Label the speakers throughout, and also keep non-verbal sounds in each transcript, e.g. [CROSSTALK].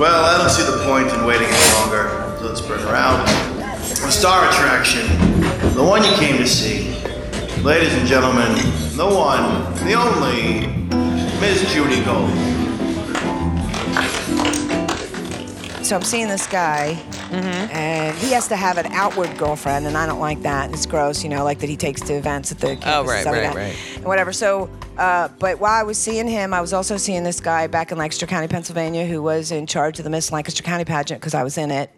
Speaker 1: Well, I don't see the point in waiting any longer, so let's bring her out. The star attraction, the one you came to see. Ladies and gentlemen, the one, the only, Miss Judy Gold.
Speaker 2: So I'm seeing this guy,
Speaker 3: Mm-hmm.
Speaker 2: and he has to have an outward girlfriend, and I don't like that, and it's gross, you know, like that he takes to events at the campus and
Speaker 3: Oh, right,
Speaker 2: stuff like
Speaker 3: right,
Speaker 2: that,
Speaker 3: right.
Speaker 2: and whatever. So, uh, but while I was seeing him, I was also seeing this guy back in Lancaster County, Pennsylvania, who was in charge of the Miss Lancaster County pageant because I was in it,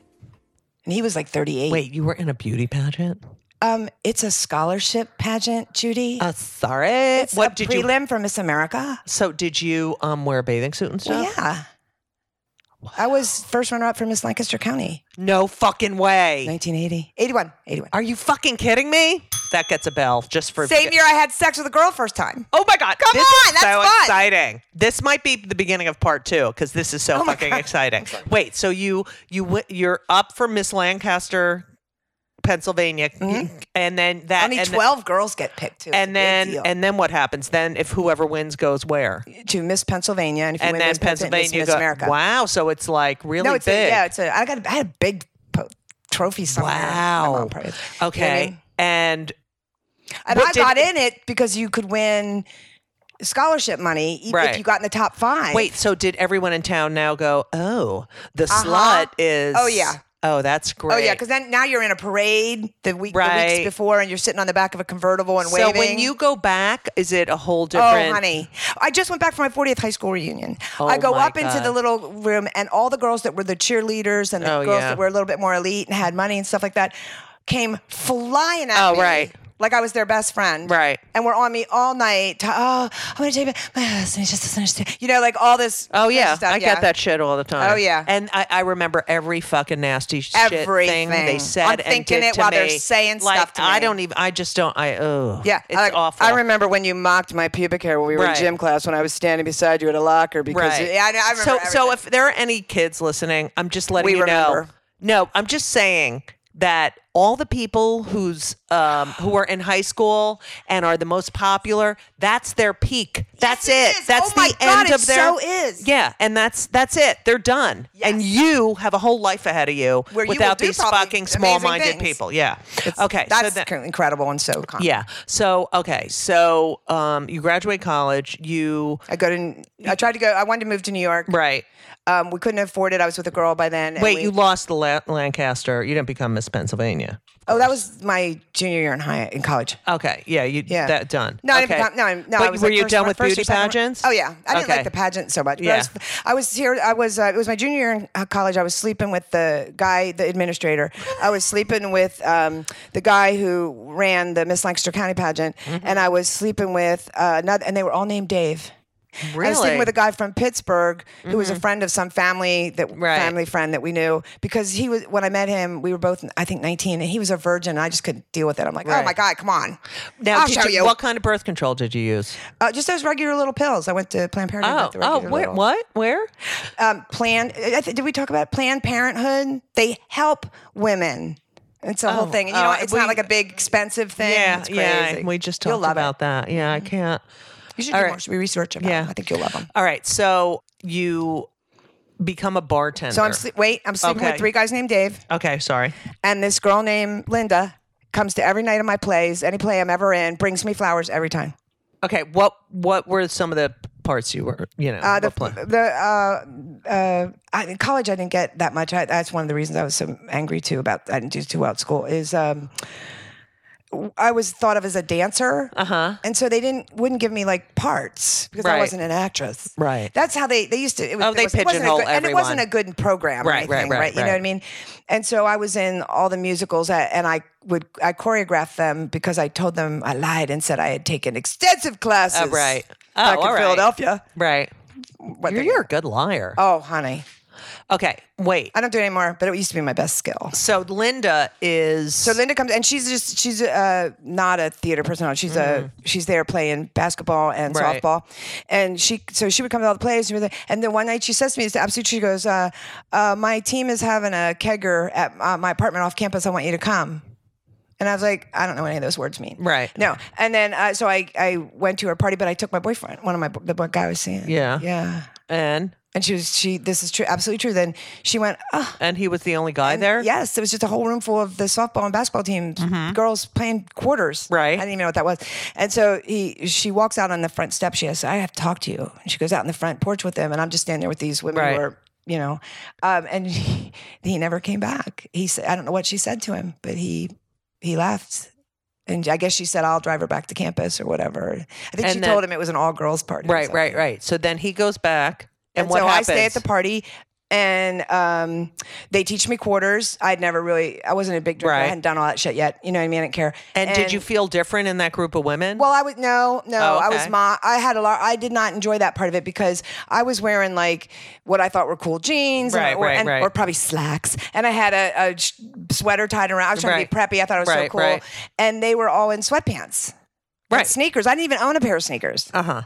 Speaker 2: and he was like 38.
Speaker 3: Wait, you were in a beauty pageant?
Speaker 2: um, it's a scholarship pageant, Judy.
Speaker 3: Uh, sorry.
Speaker 2: it's
Speaker 3: what
Speaker 2: a
Speaker 3: did you?
Speaker 2: prelim for Miss America.
Speaker 3: So did you um wear a bathing suit and
Speaker 2: Well,
Speaker 3: stuff?
Speaker 2: yeah. I was first runner up for Miss Lancaster County,
Speaker 3: No fucking way.
Speaker 2: 1980, 81, 81.
Speaker 3: Are you fucking kidding me? That gets a bell just for
Speaker 2: Same year I had sex with a girl first time.
Speaker 3: Oh my god!
Speaker 2: Come
Speaker 3: this
Speaker 2: on,
Speaker 3: is
Speaker 2: that's
Speaker 3: so
Speaker 2: fun.
Speaker 3: exciting. This might be the beginning of part two because this is so
Speaker 2: Oh my
Speaker 3: fucking
Speaker 2: God.
Speaker 3: exciting. Wait, so you you w- you're up for Miss Lancaster, Pennsylvania, and then that
Speaker 2: Mm-hmm. Only
Speaker 3: and th-
Speaker 2: 12 girls get picked too. It's a
Speaker 3: and
Speaker 2: big
Speaker 3: then
Speaker 2: deal.
Speaker 3: and then what happens? Then if whoever wins goes where?
Speaker 2: to Miss Pennsylvania, and if you
Speaker 3: and
Speaker 2: win
Speaker 3: then
Speaker 2: Miss
Speaker 3: Pennsylvania
Speaker 2: Miss,
Speaker 3: go-
Speaker 2: America.
Speaker 3: Wow! So it's like really
Speaker 2: no, it's
Speaker 3: big.
Speaker 2: a, yeah, it's a. I got. A, I had a big po- trophy somewhere. My
Speaker 3: Wow.
Speaker 2: mom probably- you know what I
Speaker 3: okay.
Speaker 2: mean?
Speaker 3: And
Speaker 2: And
Speaker 3: What
Speaker 2: I
Speaker 3: did-
Speaker 2: got in it because you could win scholarship money even
Speaker 3: Right.
Speaker 2: if you got in the top five.
Speaker 3: wait, so did everyone in town now go? Oh, the
Speaker 2: Uh-huh.
Speaker 3: slut is.
Speaker 2: Oh, yeah.
Speaker 3: Oh, that's great.
Speaker 2: Oh yeah, because then now you're in a parade the week the
Speaker 3: Right.
Speaker 2: weeks before, and you're sitting on the back of a convertible and waving.
Speaker 3: So when you go back, is it a whole different?
Speaker 2: Oh, honey. I just went back for my 40th high school reunion.
Speaker 3: Oh,
Speaker 2: I go
Speaker 3: my
Speaker 2: up into
Speaker 3: God.
Speaker 2: the little room, and all the girls that were the cheerleaders and the
Speaker 3: Oh,
Speaker 2: girls
Speaker 3: yeah.
Speaker 2: that were a little bit more elite and had money and stuff like that came flying at
Speaker 3: Oh,
Speaker 2: me.
Speaker 3: right.
Speaker 2: Like I was their best friend.
Speaker 3: Right.
Speaker 2: And were on me all night. to, oh, I'm going to tell you, about- my husband he just doesn't understand. You know, like all this.
Speaker 3: Oh
Speaker 2: crazy
Speaker 3: yeah,
Speaker 2: stuff,
Speaker 3: I
Speaker 2: yeah.
Speaker 3: get that shit all the time.
Speaker 2: Oh, yeah.
Speaker 3: and I, I remember every fucking nasty sh- shit
Speaker 2: Everything.
Speaker 3: thing they said.
Speaker 2: I'm
Speaker 3: and
Speaker 2: thinking
Speaker 3: did
Speaker 2: it
Speaker 3: to
Speaker 2: while they're
Speaker 3: me.
Speaker 2: saying
Speaker 3: like,
Speaker 2: stuff to
Speaker 3: I
Speaker 2: me.
Speaker 3: don't even. I just don't. I oh
Speaker 2: Yeah,
Speaker 3: it's
Speaker 2: I,
Speaker 3: awful.
Speaker 2: I remember when you mocked my pubic hair when we were
Speaker 3: Right.
Speaker 2: in gym class when I was standing beside you at a locker because
Speaker 3: Right.
Speaker 2: yeah, I, I remember.
Speaker 3: so so
Speaker 2: everything.
Speaker 3: if there are any kids listening, I'm just letting
Speaker 2: We
Speaker 3: you
Speaker 2: remember.
Speaker 3: know. No, I'm just saying that all the people who's um, who are in high school and are the most popular, that's their peak. That's
Speaker 2: Yes, it is.
Speaker 3: That's
Speaker 2: Oh my
Speaker 3: the
Speaker 2: God,
Speaker 3: end
Speaker 2: it
Speaker 3: of their
Speaker 2: so is.
Speaker 3: Yeah, and that's that's it. They're done. And
Speaker 2: Yes.
Speaker 3: you have a whole life ahead of you
Speaker 2: Where you will
Speaker 3: without
Speaker 2: do
Speaker 3: these
Speaker 2: probably
Speaker 3: fucking
Speaker 2: amazing
Speaker 3: small-minded
Speaker 2: things.
Speaker 3: people. Yeah. okay. so
Speaker 2: that's
Speaker 3: then-
Speaker 2: incredible and so common.
Speaker 3: yeah. So okay. So um, you graduate college. You
Speaker 2: I go to. I tried to go. I wanted to move to New York.
Speaker 3: right.
Speaker 2: Um, we couldn't afford it. I was with a girl by then. and
Speaker 3: Wait,
Speaker 2: we-
Speaker 3: you lost the La- Lancaster. You didn't become Miss Pennsylvania.
Speaker 2: Oh, that was my junior year in high in college.
Speaker 3: Okay, yeah, you
Speaker 2: Yeah,
Speaker 3: that done.
Speaker 2: No, I
Speaker 3: okay.
Speaker 2: didn't become, no, I- no.
Speaker 3: But
Speaker 2: I was
Speaker 3: were
Speaker 2: like
Speaker 3: you
Speaker 2: first
Speaker 3: done
Speaker 2: run-
Speaker 3: with
Speaker 2: first or
Speaker 3: beauty
Speaker 2: second run-
Speaker 3: pageants?
Speaker 2: Oh yeah, I didn't
Speaker 3: Okay.
Speaker 2: like the pageant so much. but
Speaker 3: Yeah.
Speaker 2: I, was, I was here. I was. Uh, it was my junior year in uh, college. I was sleeping with the guy, the administrator. I was sleeping with um, the guy who ran the Miss Lancaster County pageant,
Speaker 3: Mm-hmm.
Speaker 2: and I was sleeping with uh, another, and they were all named Dave. I was
Speaker 3: Really? Mm-hmm.
Speaker 2: sleeping with a guy from Pittsburgh who was a friend of some family that
Speaker 3: Right.
Speaker 2: family friend that we knew because he was when I met him we were both I think 19 and he was a virgin and I just couldn't deal with it. I'm like, oh
Speaker 3: Right.
Speaker 2: my god, come on.
Speaker 3: Now,
Speaker 2: I'll
Speaker 3: did
Speaker 2: show you.
Speaker 3: What kind of birth control did you use?
Speaker 2: Uh, just those regular little pills. I went to Planned Parenthood.
Speaker 3: Oh,
Speaker 2: got the
Speaker 3: oh,
Speaker 2: regular
Speaker 3: where,
Speaker 2: little-
Speaker 3: what? Where?
Speaker 2: Um, Planned. I th- did we talk about Planned Parenthood? They help women. It's a whole
Speaker 3: Oh,
Speaker 2: thing. You
Speaker 3: oh,
Speaker 2: know, it's
Speaker 3: we-
Speaker 2: not like a big expensive thing.
Speaker 3: Yeah,
Speaker 2: it's crazy.
Speaker 3: yeah. We just
Speaker 2: You'll
Speaker 3: talked
Speaker 2: love
Speaker 3: about
Speaker 2: it. Mm-hmm.
Speaker 3: that. Yeah, I can't.
Speaker 2: You should
Speaker 3: All
Speaker 2: do
Speaker 3: right.
Speaker 2: more. Should we research about
Speaker 3: Yeah.
Speaker 2: them? I think you'll love them.
Speaker 3: All right, so you become a bartender.
Speaker 2: So I'm sle- wait. I'm sleeping
Speaker 3: Okay.
Speaker 2: with three guys named Dave.
Speaker 3: okay, sorry.
Speaker 2: And this girl named Linda comes to every night of my plays, any play I'm ever in, brings me flowers every time.
Speaker 3: Okay, what what were some of the parts you were you know
Speaker 2: Uh,
Speaker 3: were
Speaker 2: the
Speaker 3: playing?
Speaker 2: the uh, uh, I, in college, I didn't get that much. I, that's one of the reasons I was so angry too about I didn't do too well at school. Is um, I was thought of as a dancer. Uh-huh. And so they didn't wouldn't give me like parts because I
Speaker 3: Right.
Speaker 2: wasn't an actress.
Speaker 3: Right.
Speaker 2: That's how they they used to it was,
Speaker 3: Oh,
Speaker 2: it
Speaker 3: they
Speaker 2: was- it wasn't a
Speaker 3: pigeonhole
Speaker 2: good- And it wasn't a
Speaker 3: everyone.
Speaker 2: good program or
Speaker 3: Right, right,
Speaker 2: anything,
Speaker 3: right,
Speaker 2: You know
Speaker 3: right.
Speaker 2: what I mean? And so I was in all the musicals a- and I would I choreographed them because I told them I lied and said I had taken extensive classes.
Speaker 3: Oh, right. Oh,
Speaker 2: back in
Speaker 3: all right.
Speaker 2: Philadelphia.
Speaker 3: Right.
Speaker 2: What
Speaker 3: You're,
Speaker 2: they-
Speaker 3: you're a good liar.
Speaker 2: Oh, honey.
Speaker 3: Okay. Wait.
Speaker 2: I don't do it anymore, but it used to be my best skill.
Speaker 3: So Linda is.
Speaker 2: So Linda comes and she's just she's uh, not a theater personality. She's a she's there playing basketball and
Speaker 3: Mm-hmm. Right.
Speaker 2: softball, and she so she would come to all the plays and everything. And then one night she says to me, "It's absolute." She goes, uh, uh, "My team is having a kegger at uh, my apartment off campus. I want you to come." And I was like, I don't know what any of those words mean.
Speaker 3: Right.
Speaker 2: No. And then uh, so I I went to her party, but I took my boyfriend, one of my the boy guy I was seeing.
Speaker 3: Yeah.
Speaker 2: Yeah.
Speaker 3: and
Speaker 2: And she was she this is true absolutely true. Then she went, oh,
Speaker 3: and he was the only guy there. Mm-hmm.
Speaker 2: Yes, there was just a whole room full of the softball and basketball teams, girls playing quarters.
Speaker 3: Right.
Speaker 2: I didn't even know what that was. And so he, she walks out on the front step. She has, I have to talk to you. And she goes out on the front porch with him, and I'm just standing there with these women
Speaker 3: Right.
Speaker 2: who are, you know, um, and [LAUGHS] he, he never came back. He said, I don't know what she said to him, but he, he left. And I guess she said, I'll drive her back to campus or whatever. I think
Speaker 3: And
Speaker 2: she
Speaker 3: then-
Speaker 2: told him it was an all girls party. or
Speaker 3: Right.
Speaker 2: something.
Speaker 3: Right. Right. So then he goes back, and, what
Speaker 2: so
Speaker 3: happens?
Speaker 2: I stay at the party and um, they teach me quarters. I'd never really, I wasn't a big drinker.
Speaker 3: Right.
Speaker 2: I hadn't done all that shit yet. You know what I mean? I didn't care.
Speaker 3: and, did you feel different in that group of women?
Speaker 2: Well, I was no, no.
Speaker 3: Oh,
Speaker 2: I
Speaker 3: okay.
Speaker 2: was my. I had a lot. I did not enjoy that part of it because I was wearing like what I thought were cool jeans, and-
Speaker 3: Right,
Speaker 2: or,
Speaker 3: right,
Speaker 2: and-
Speaker 3: right.
Speaker 2: or probably slacks, and I had a, a sh- sweater tied around. I was trying
Speaker 3: Right.
Speaker 2: to be preppy. I thought I was so
Speaker 3: Right,
Speaker 2: cool,
Speaker 3: right.
Speaker 2: and they were all in sweatpants, and
Speaker 3: Right.
Speaker 2: Sneakers. I didn't even own a pair of sneakers,
Speaker 3: uh huh.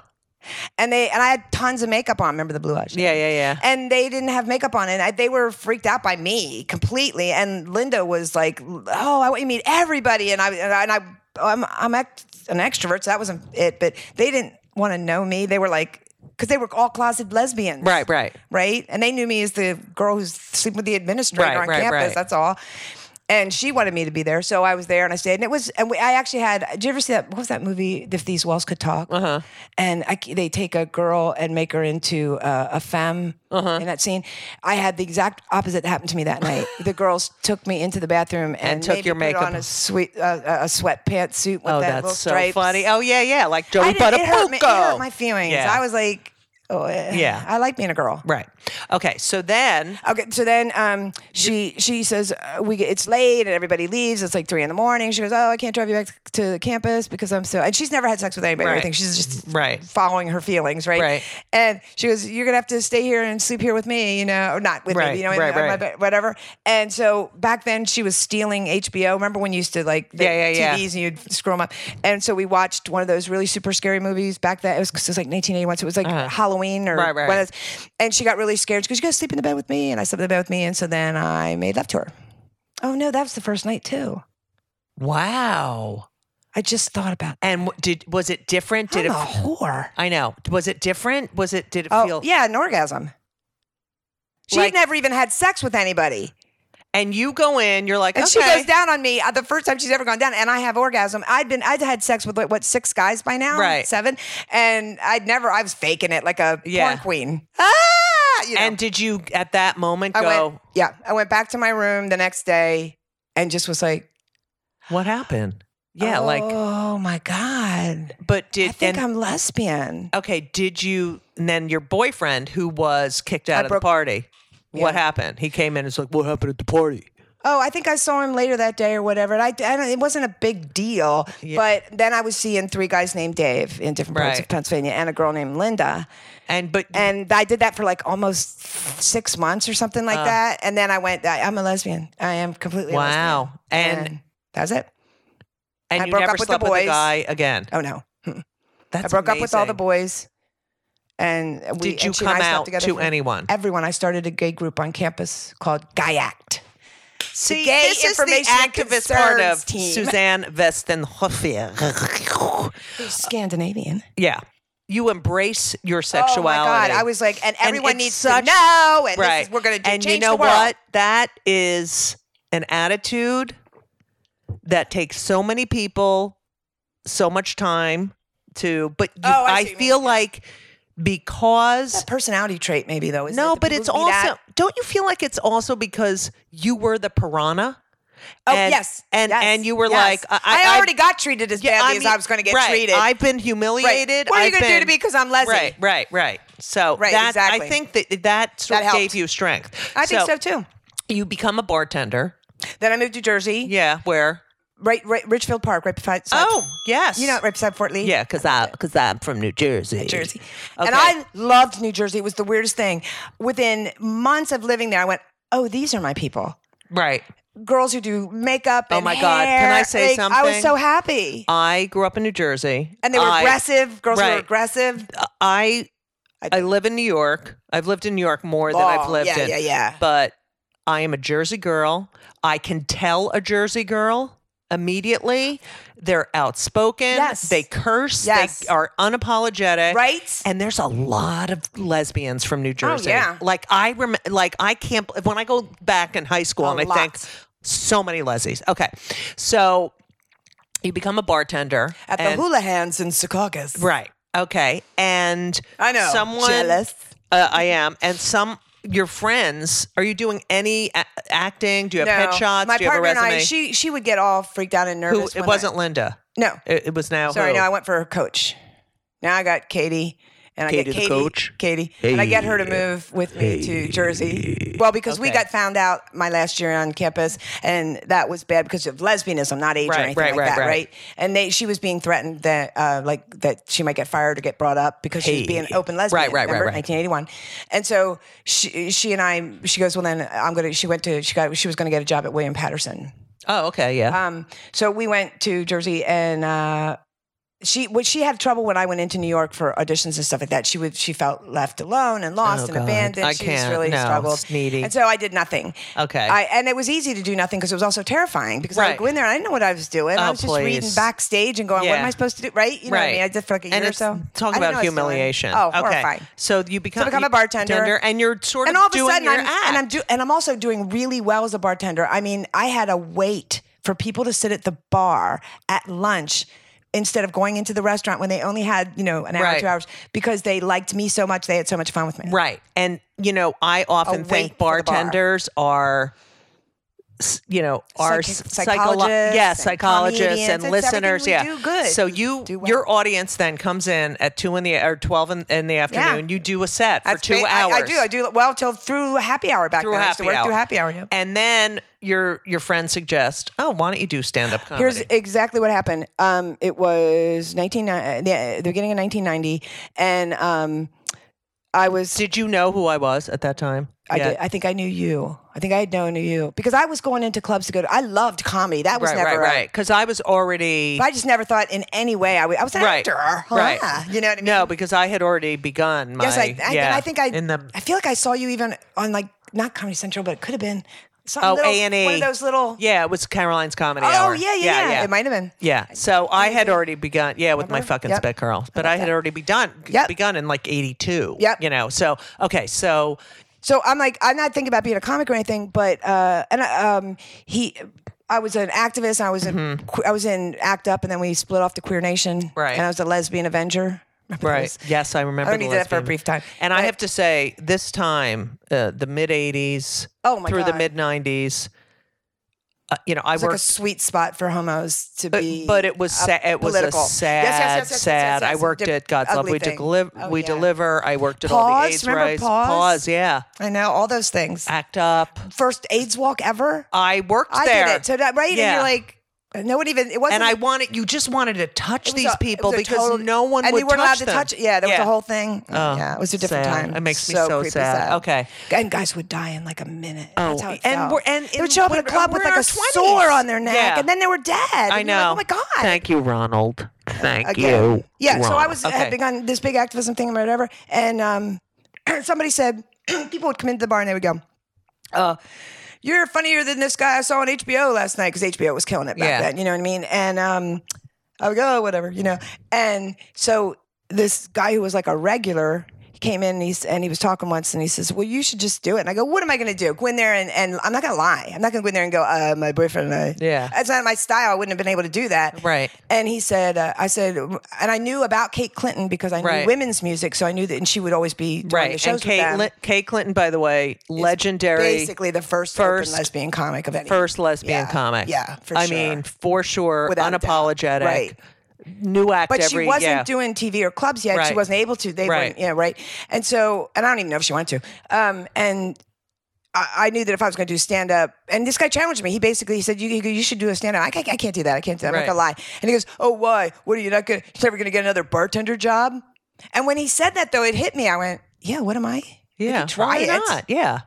Speaker 2: and they and I had tons of makeup on. Remember the blue eyes?
Speaker 3: Yeah. Yeah. Yeah.
Speaker 2: and they didn't have makeup on and I, they were freaked out by me completely and linda was like oh i want you to meet everybody and i and i, and I i'm i'm ex- an extrovert so that wasn't it but they didn't want to know me they were like because they were all closet lesbians
Speaker 3: Right. Right.
Speaker 2: right and they knew me as the girl who's sleeping with the administrator
Speaker 3: Right,
Speaker 2: on
Speaker 3: right,
Speaker 2: campus
Speaker 3: right.
Speaker 2: that's all and she wanted me to be there, so I was there, and I stayed. And it was, and we, I actually had. Did you ever see that? What was that movie? If these walls could talk. Uh-huh. And I, they take a girl and make her into uh, a femme
Speaker 3: Uh-huh.
Speaker 2: in that scene. I had the exact opposite happen to me that
Speaker 3: [LAUGHS]
Speaker 2: night. the girls took me into the bathroom and,
Speaker 3: took
Speaker 2: made me
Speaker 3: your
Speaker 2: put
Speaker 3: makeup
Speaker 2: on a sweet uh, a sweatpants suit with
Speaker 3: Oh,
Speaker 2: that little
Speaker 3: that's so
Speaker 2: stripes.
Speaker 3: funny. Oh yeah. Yeah. Like Joey
Speaker 2: I didn't- it, hurt me, it hurt
Speaker 3: Buttafuoco.
Speaker 2: my feelings.
Speaker 3: Yeah.
Speaker 2: I was like, oh eh,
Speaker 3: Yeah.
Speaker 2: I like being a girl.
Speaker 3: Right. Okay. So then.
Speaker 2: Okay, so then um, she she says uh, we get, it's late and everybody leaves. It's like three in the morning. She goes, oh, I can't drive you back to the campus because I'm so. And she's never had sex with anybody. or
Speaker 3: Right.
Speaker 2: anything. She's just
Speaker 3: Right.
Speaker 2: following her feelings, right?
Speaker 3: Right.
Speaker 2: And she goes, you're gonna have to stay here and sleep here with me, you know, or not with
Speaker 3: Right,
Speaker 2: me, you know, in-
Speaker 3: right,
Speaker 2: on my
Speaker 3: right.
Speaker 2: bed, whatever. And so back then she was stealing HBO. Remember when you used to like the
Speaker 3: Yeah, yeah, yeah.
Speaker 2: TVs and you'd scroll 'em up? And so we watched one of those really super scary movies back then. It was, 'cause it was like 1981, so it was like
Speaker 3: Uh-huh.
Speaker 2: Halloween or
Speaker 3: Right, right.
Speaker 2: one of those. And she got really scared. She goes, you gotta sleep in the bed with me. And I slept in the bed with me. And so then I made love to her. Oh no, that was the first night too.
Speaker 3: Wow.
Speaker 2: I just thought about that.
Speaker 3: And w- did was it different? Did
Speaker 2: I'm
Speaker 3: it?
Speaker 2: a whore.
Speaker 3: I know. Was it different? Was it? Did it
Speaker 2: Oh,
Speaker 3: feel?
Speaker 2: yeah, an orgasm. She
Speaker 3: Like-
Speaker 2: had never even had sex with anybody.
Speaker 3: And you go in. You're like.
Speaker 2: And she
Speaker 3: okay.
Speaker 2: goes down on me uh, the first time she's ever gone down, and I have orgasm. I'd been, I'd had sex with like, what six guys by now,
Speaker 3: Right.
Speaker 2: Seven, and I'd never, I was faking it like a
Speaker 3: Yeah.
Speaker 2: porn queen. Ah, you know.
Speaker 3: And did you at that moment
Speaker 2: I
Speaker 3: go?
Speaker 2: went, yeah, I went back to my room the next day and just was like,
Speaker 3: What happened? Yeah, like,
Speaker 2: oh my god,
Speaker 3: but
Speaker 2: I
Speaker 3: did
Speaker 2: think
Speaker 3: and-
Speaker 2: I'm lesbian.
Speaker 3: okay? Did you and then your boyfriend who was kicked out of
Speaker 2: broke-
Speaker 3: the party? What
Speaker 2: Yeah.
Speaker 3: happened? He came in and was like, "What happened at the party?"
Speaker 2: Oh, I think I saw him later that day or whatever. And I, I don't, it wasn't a big deal, but then I was seeing three guys named Dave in different parts
Speaker 3: Right.
Speaker 2: of Pennsylvania and a girl named Linda.
Speaker 3: And but
Speaker 2: and I did that for like almost six months or something
Speaker 3: Uh.
Speaker 2: like that. And then I went, I, I'm a lesbian. I am completely a lesbian."
Speaker 3: wow, and
Speaker 2: And that's it.
Speaker 3: and
Speaker 2: I
Speaker 3: you
Speaker 2: broke
Speaker 3: never
Speaker 2: up with the
Speaker 3: slept with a
Speaker 2: boys.
Speaker 3: guy again.
Speaker 2: Oh no,
Speaker 3: That's
Speaker 2: I broke up with all the
Speaker 3: amazing.
Speaker 2: boys. And we
Speaker 3: Did you
Speaker 2: and she
Speaker 3: come
Speaker 2: and I slept
Speaker 3: out
Speaker 2: together
Speaker 3: to
Speaker 2: for-
Speaker 3: anyone?
Speaker 2: Everyone. I started a gay group on campus called Guy Act.
Speaker 3: See,
Speaker 2: gay
Speaker 3: this is the
Speaker 2: information and
Speaker 3: activist part
Speaker 2: concerns
Speaker 3: of
Speaker 2: team.
Speaker 3: Suzanne
Speaker 2: [LAUGHS]
Speaker 3: Vestenhofer.
Speaker 2: Scandinavian.
Speaker 3: yeah, you embrace
Speaker 2: Oh
Speaker 3: your
Speaker 2: my
Speaker 3: sexuality.
Speaker 2: God! I was like, and everyone
Speaker 3: it's
Speaker 2: needs
Speaker 3: such-
Speaker 2: to know. And this
Speaker 3: right.
Speaker 2: is- we're going to
Speaker 3: and
Speaker 2: change
Speaker 3: you know
Speaker 2: the world.
Speaker 3: what? That is an attitude that takes so many people so much time to. But you,
Speaker 2: Oh, I see what you mean.
Speaker 3: feel like because
Speaker 2: That personality trait, maybe though. isn't it?
Speaker 3: no,
Speaker 2: The
Speaker 3: but
Speaker 2: people
Speaker 3: it's
Speaker 2: who do that-
Speaker 3: also don't you feel like it's also because you were the piranha
Speaker 2: Oh
Speaker 3: and,
Speaker 2: yes,
Speaker 3: and
Speaker 2: yes,
Speaker 3: and you were
Speaker 2: yes.
Speaker 3: like,
Speaker 2: I,
Speaker 3: I, I-
Speaker 2: already got treated as badly as
Speaker 3: mean,
Speaker 2: I was going to get
Speaker 3: right.
Speaker 2: treated.
Speaker 3: I've been humiliated.
Speaker 2: What are you
Speaker 3: I've
Speaker 2: gonna do to
Speaker 3: been-
Speaker 2: me 'cause I'm Leslie?
Speaker 3: Right, right, right. So
Speaker 2: Right,
Speaker 3: that,
Speaker 2: exactly.
Speaker 3: I think that that sort
Speaker 2: That
Speaker 3: of
Speaker 2: helped.
Speaker 3: gave you strength.
Speaker 2: I think so too.
Speaker 3: You become a bartender.
Speaker 2: Then I moved to Jersey.
Speaker 3: Yeah, where?
Speaker 2: Right, right, Richfield Park, right beside.
Speaker 3: Oh, yes.
Speaker 2: you know, right beside Fort Lee.
Speaker 3: Yeah, because I because I'm from New Jersey.
Speaker 2: New Jersey.
Speaker 3: Okay.
Speaker 2: And I loved New Jersey. It was the weirdest thing. Within months of living there, I went, "Oh, these are my people."
Speaker 3: right.
Speaker 2: Girls who do makeup.
Speaker 3: Oh
Speaker 2: and
Speaker 3: my God. Can
Speaker 2: hair.
Speaker 3: I say
Speaker 2: Like, I was
Speaker 3: something?
Speaker 2: so happy.
Speaker 3: I grew up in New Jersey,
Speaker 2: and they were
Speaker 3: I-
Speaker 2: aggressive. Girls who were
Speaker 3: right.
Speaker 2: aggressive.
Speaker 3: I I live in New York. I've lived in New York more than I've
Speaker 2: Oh,
Speaker 3: lived
Speaker 2: yeah,
Speaker 3: in.
Speaker 2: yeah, yeah.
Speaker 3: But I am a Jersey girl. I can tell a Jersey girl immediately. They're outspoken.
Speaker 2: Yes.
Speaker 3: They curse.
Speaker 2: Yes.
Speaker 3: They are unapologetic.
Speaker 2: Right? Oh,
Speaker 3: And there's a lot of lesbians from New Jersey.
Speaker 2: yeah.
Speaker 3: Like I rem- like I can't bel- when I go back in high school
Speaker 2: A
Speaker 3: and I
Speaker 2: lot.
Speaker 3: think so many lesbies. Okay. So you become a bartender
Speaker 2: At the
Speaker 3: and-
Speaker 2: hula hands in Secaucus.
Speaker 3: Right. Okay. And
Speaker 2: I know.
Speaker 3: someone
Speaker 2: Jealous.
Speaker 3: Uh, I am, and some your friends. Are you doing any a- acting? Do you have headshots?
Speaker 2: My
Speaker 3: Do you have a
Speaker 2: partner and I,
Speaker 3: resume?
Speaker 2: she she would get all freaked out and
Speaker 3: Who-
Speaker 2: nervous.
Speaker 3: it
Speaker 2: when
Speaker 3: wasn't
Speaker 2: I-
Speaker 3: Linda.
Speaker 2: no,
Speaker 3: It, it was now.
Speaker 2: sorry,
Speaker 3: who?
Speaker 2: no, I went for a coach. Now I got Katie, and I
Speaker 3: Katie
Speaker 2: get
Speaker 3: the
Speaker 2: Katie,
Speaker 3: coach?
Speaker 2: Katie, and I get her to move with me to Jersey. Well, because we
Speaker 3: Okay.
Speaker 2: got found out my last year on campus, and that was bad because of lesbianism, not age
Speaker 3: Right,
Speaker 2: or anything
Speaker 3: right,
Speaker 2: like
Speaker 3: right,
Speaker 2: that, right.
Speaker 3: right.
Speaker 2: And they, she was being threatened that, uh, like that, she might get fired or get brought up because she was being an open lesbian.
Speaker 3: Right, right, right,
Speaker 2: remember?
Speaker 3: right.
Speaker 2: 1981. And so she, she and I, she goes, well, then I'm gonna. She went to, she got, she was gonna get a job at William Patterson.
Speaker 3: Oh, okay. Yeah.
Speaker 2: Um, so we went to Jersey and uh, she would she had trouble when I went into New York for auditions and stuff like that. She would she felt left alone and lost
Speaker 3: Oh,
Speaker 2: and
Speaker 3: God.
Speaker 2: abandoned.
Speaker 3: I
Speaker 2: she just
Speaker 3: can't.
Speaker 2: really
Speaker 3: No,
Speaker 2: struggled.
Speaker 3: it's needy.
Speaker 2: And so I did nothing.
Speaker 3: Okay.
Speaker 2: I, and it was easy to do nothing because it was also terrifying because I would
Speaker 3: Right.
Speaker 2: go in there and I didn't know what I was doing. I
Speaker 3: Oh,
Speaker 2: was just reading
Speaker 3: please.
Speaker 2: backstage and going, What am
Speaker 3: Yeah.
Speaker 2: I supposed to do? Right? You know what I mean? I did for like a year
Speaker 3: and
Speaker 2: or
Speaker 3: it's-
Speaker 2: so.
Speaker 3: Talk
Speaker 2: I didn't know what I
Speaker 3: about
Speaker 2: was doing.
Speaker 3: humiliation.
Speaker 2: Oh,
Speaker 3: okay.
Speaker 2: horrifying
Speaker 3: So you become,
Speaker 2: become a bartender.
Speaker 3: and you're sort
Speaker 2: and
Speaker 3: of
Speaker 2: all of a
Speaker 3: doing
Speaker 2: sudden
Speaker 3: your
Speaker 2: I'm,
Speaker 3: act.
Speaker 2: and I'm do and I'm also doing really well as a bartender. I mean, I had a wait for people to sit at the bar at lunch instead of going into the restaurant when they only had you know an hour
Speaker 3: Right.
Speaker 2: two hours because they liked me so much they had so much fun with me
Speaker 3: Right. And, you know, I often
Speaker 2: wait
Speaker 3: think
Speaker 2: for the bar.
Speaker 3: bartenders are, s- you know, are
Speaker 2: Psychic-
Speaker 3: s-
Speaker 2: psychologists
Speaker 3: yeah,
Speaker 2: and
Speaker 3: psychologists
Speaker 2: comedians.
Speaker 3: and
Speaker 2: It's
Speaker 3: listeners.
Speaker 2: everything
Speaker 3: yeah.
Speaker 2: we do good.
Speaker 3: So
Speaker 2: We
Speaker 3: you,
Speaker 2: do well.
Speaker 3: your audience then comes in at two in the, or 12 in, in the afternoon. You do a set for
Speaker 2: That's
Speaker 3: two
Speaker 2: ba- I-
Speaker 3: hours.
Speaker 2: I, do I do well till through happy hour back
Speaker 3: Through
Speaker 2: then. I used
Speaker 3: happy
Speaker 2: to work
Speaker 3: hour.
Speaker 2: through happy hour yeah.
Speaker 3: And then your, your friend suggests, oh, why don't you do stand up comedy?
Speaker 2: Here's exactly what happened. Um, it was 19, uh, the, the beginning of 1990, and um, I was
Speaker 3: did you know who I was at that time?
Speaker 2: I
Speaker 3: Yeah.
Speaker 2: did. I think I knew you. I think I had known you because I was going into clubs to go to. I loved comedy. That was
Speaker 3: Right,
Speaker 2: never
Speaker 3: right,
Speaker 2: a-
Speaker 3: right. Because I was already
Speaker 2: But I just never thought in any way I would. I was an
Speaker 3: right,
Speaker 2: actor. huh?
Speaker 3: right.
Speaker 2: You know what I mean?
Speaker 3: No, because I had already begun. My,
Speaker 2: Yes, I, I,
Speaker 3: yeah,
Speaker 2: and I think I.
Speaker 3: in the
Speaker 2: I feel like I saw you even on like not Comedy Central, but it could have been some
Speaker 3: oh
Speaker 2: little
Speaker 3: A and E.
Speaker 2: one of those little.
Speaker 3: Yeah, it was Caroline's Comedy
Speaker 2: Oh
Speaker 3: Hour.
Speaker 2: yeah, yeah, yeah, It might have been.
Speaker 3: Yeah, so I had already begun. Yeah, with my
Speaker 2: Remember?
Speaker 3: fucking
Speaker 2: Yep.
Speaker 3: spit curl, but I had already begun.
Speaker 2: Yep.
Speaker 3: begun in like '82.
Speaker 2: Yep.
Speaker 3: you know. So okay, so
Speaker 2: So I'm like, I'm not thinking about being a comic or anything, but uh, and uh, um, he, I was an activist. I was in, que- I was in ACT UP, and then we split off to Queer Nation.
Speaker 3: Mm-hmm. Right.
Speaker 2: And I was a lesbian Avenger. Remember
Speaker 3: right.
Speaker 2: those?
Speaker 3: Yes, I remember.
Speaker 2: I only
Speaker 3: the
Speaker 2: did that for a
Speaker 3: lesbian-
Speaker 2: brief time.
Speaker 3: And I
Speaker 2: But-
Speaker 3: have to say, this time, uh, the mid '80s,
Speaker 2: Oh, my
Speaker 3: through the
Speaker 2: God.
Speaker 3: mid '90s, uh, you know, I
Speaker 2: It's like a
Speaker 3: worked
Speaker 2: sweet spot for homos to
Speaker 3: But,
Speaker 2: be.
Speaker 3: but it was
Speaker 2: uh,
Speaker 3: sa- it was a sad,
Speaker 2: political. Yes, yes, yes, yes, yes,
Speaker 3: sad.
Speaker 2: yes,
Speaker 3: I
Speaker 2: yes.
Speaker 3: worked
Speaker 2: Dip-
Speaker 3: at God's Love.
Speaker 2: ugly
Speaker 3: We,
Speaker 2: thing.
Speaker 3: deliver,
Speaker 2: Oh,
Speaker 3: we
Speaker 2: yeah.
Speaker 3: deliver. I worked at all
Speaker 2: Pause?
Speaker 3: the AIDS
Speaker 2: Remember
Speaker 3: rights.
Speaker 2: Pause?
Speaker 3: Yeah.
Speaker 2: I know all those things.
Speaker 3: Act up.
Speaker 2: First AIDS walk ever.
Speaker 3: I worked
Speaker 2: I
Speaker 3: there.
Speaker 2: did it. So that right, and
Speaker 3: Yeah.
Speaker 2: you're like, no one even. It wasn't.
Speaker 3: and I wanted you just wanted to touch
Speaker 2: it was
Speaker 3: these
Speaker 2: a-
Speaker 3: people
Speaker 2: it was a
Speaker 3: because
Speaker 2: total-
Speaker 3: no one
Speaker 2: and
Speaker 3: would
Speaker 2: they weren't allowed
Speaker 3: touch
Speaker 2: to
Speaker 3: them.
Speaker 2: touch. Yeah, there was a whole thing.
Speaker 3: Oh,
Speaker 2: yeah, it was a different
Speaker 3: sad.
Speaker 2: time.
Speaker 3: It makes me so
Speaker 2: creepy
Speaker 3: sad. Okay.
Speaker 2: and guys would die in like a minute. Oh, That's how it
Speaker 3: and
Speaker 2: felt.
Speaker 3: we're- and
Speaker 2: they
Speaker 3: in-
Speaker 2: would show up at a
Speaker 3: when-
Speaker 2: club with
Speaker 3: we're in
Speaker 2: like a
Speaker 3: our 20s.
Speaker 2: sore on their neck,
Speaker 3: Yeah.
Speaker 2: and then they were dead.
Speaker 3: I
Speaker 2: And you're like,
Speaker 3: know.
Speaker 2: oh my god.
Speaker 4: Thank you, Ronald. Thank
Speaker 2: again.
Speaker 4: you.
Speaker 2: Yeah. So I
Speaker 4: Ronald.
Speaker 2: was
Speaker 3: Okay.
Speaker 2: had begun this big activism thing or whatever, and um, [CLEARS THROAT] somebody said [CLEARS THROAT] people would come into the bar and they would go, uh, "You're funnier than this guy I saw on HBO last night because HBO was killing it back
Speaker 3: Yeah.
Speaker 2: then." You know what I mean? And um, I would go, oh, "Whatever," you know. And so this guy who was like a regular. He came in and, he's, and he was talking once and he says, Well, you should just do it. And I go, What am I going to do? Go in there and, and I'm not going to lie. I'm not going to go in there and go, uh, My boyfriend and I.
Speaker 3: Yeah.
Speaker 2: That's not my style. I wouldn't have been able to do that.
Speaker 3: Right.
Speaker 2: And he said, uh, I said, and I knew about Kate Clinton because I knew
Speaker 3: Right.
Speaker 2: women's music. So I knew that, and she would always be doing the
Speaker 3: right.
Speaker 2: shows
Speaker 3: And Kate,
Speaker 2: with them.
Speaker 3: Lin- Kate Clinton, by the way, legendary.
Speaker 2: Basically, the first, open
Speaker 3: First-
Speaker 2: lesbian comic of any.
Speaker 3: first lesbian
Speaker 2: Yeah.
Speaker 3: comic.
Speaker 2: Yeah, for
Speaker 3: I
Speaker 2: sure.
Speaker 3: mean, for sure,
Speaker 2: Without a doubt.
Speaker 3: unapologetic.
Speaker 2: Right.
Speaker 3: New act
Speaker 2: But
Speaker 3: every
Speaker 2: she wasn't
Speaker 3: yeah.
Speaker 2: doing TV or clubs yet. She
Speaker 3: Right.
Speaker 2: wasn't able to. They
Speaker 3: Right.
Speaker 2: weren't, yeah, right. And so, and I don't even know if she wanted to. Um, and I, I knew that if I was going to do stand up, and this guy challenged me. He basically said, "You, you you should do a stand up." I can't, I can't do that. I can't do that. I'm
Speaker 3: Right.
Speaker 2: not going to lie. And he goes, "Oh, why? What are you not going? to You're never going to get another bartender job?" And when he said that, though, it hit me. I went, "Yeah, what am I?" I
Speaker 3: yeah.
Speaker 2: could try
Speaker 3: Why
Speaker 2: it.
Speaker 3: not? Yeah.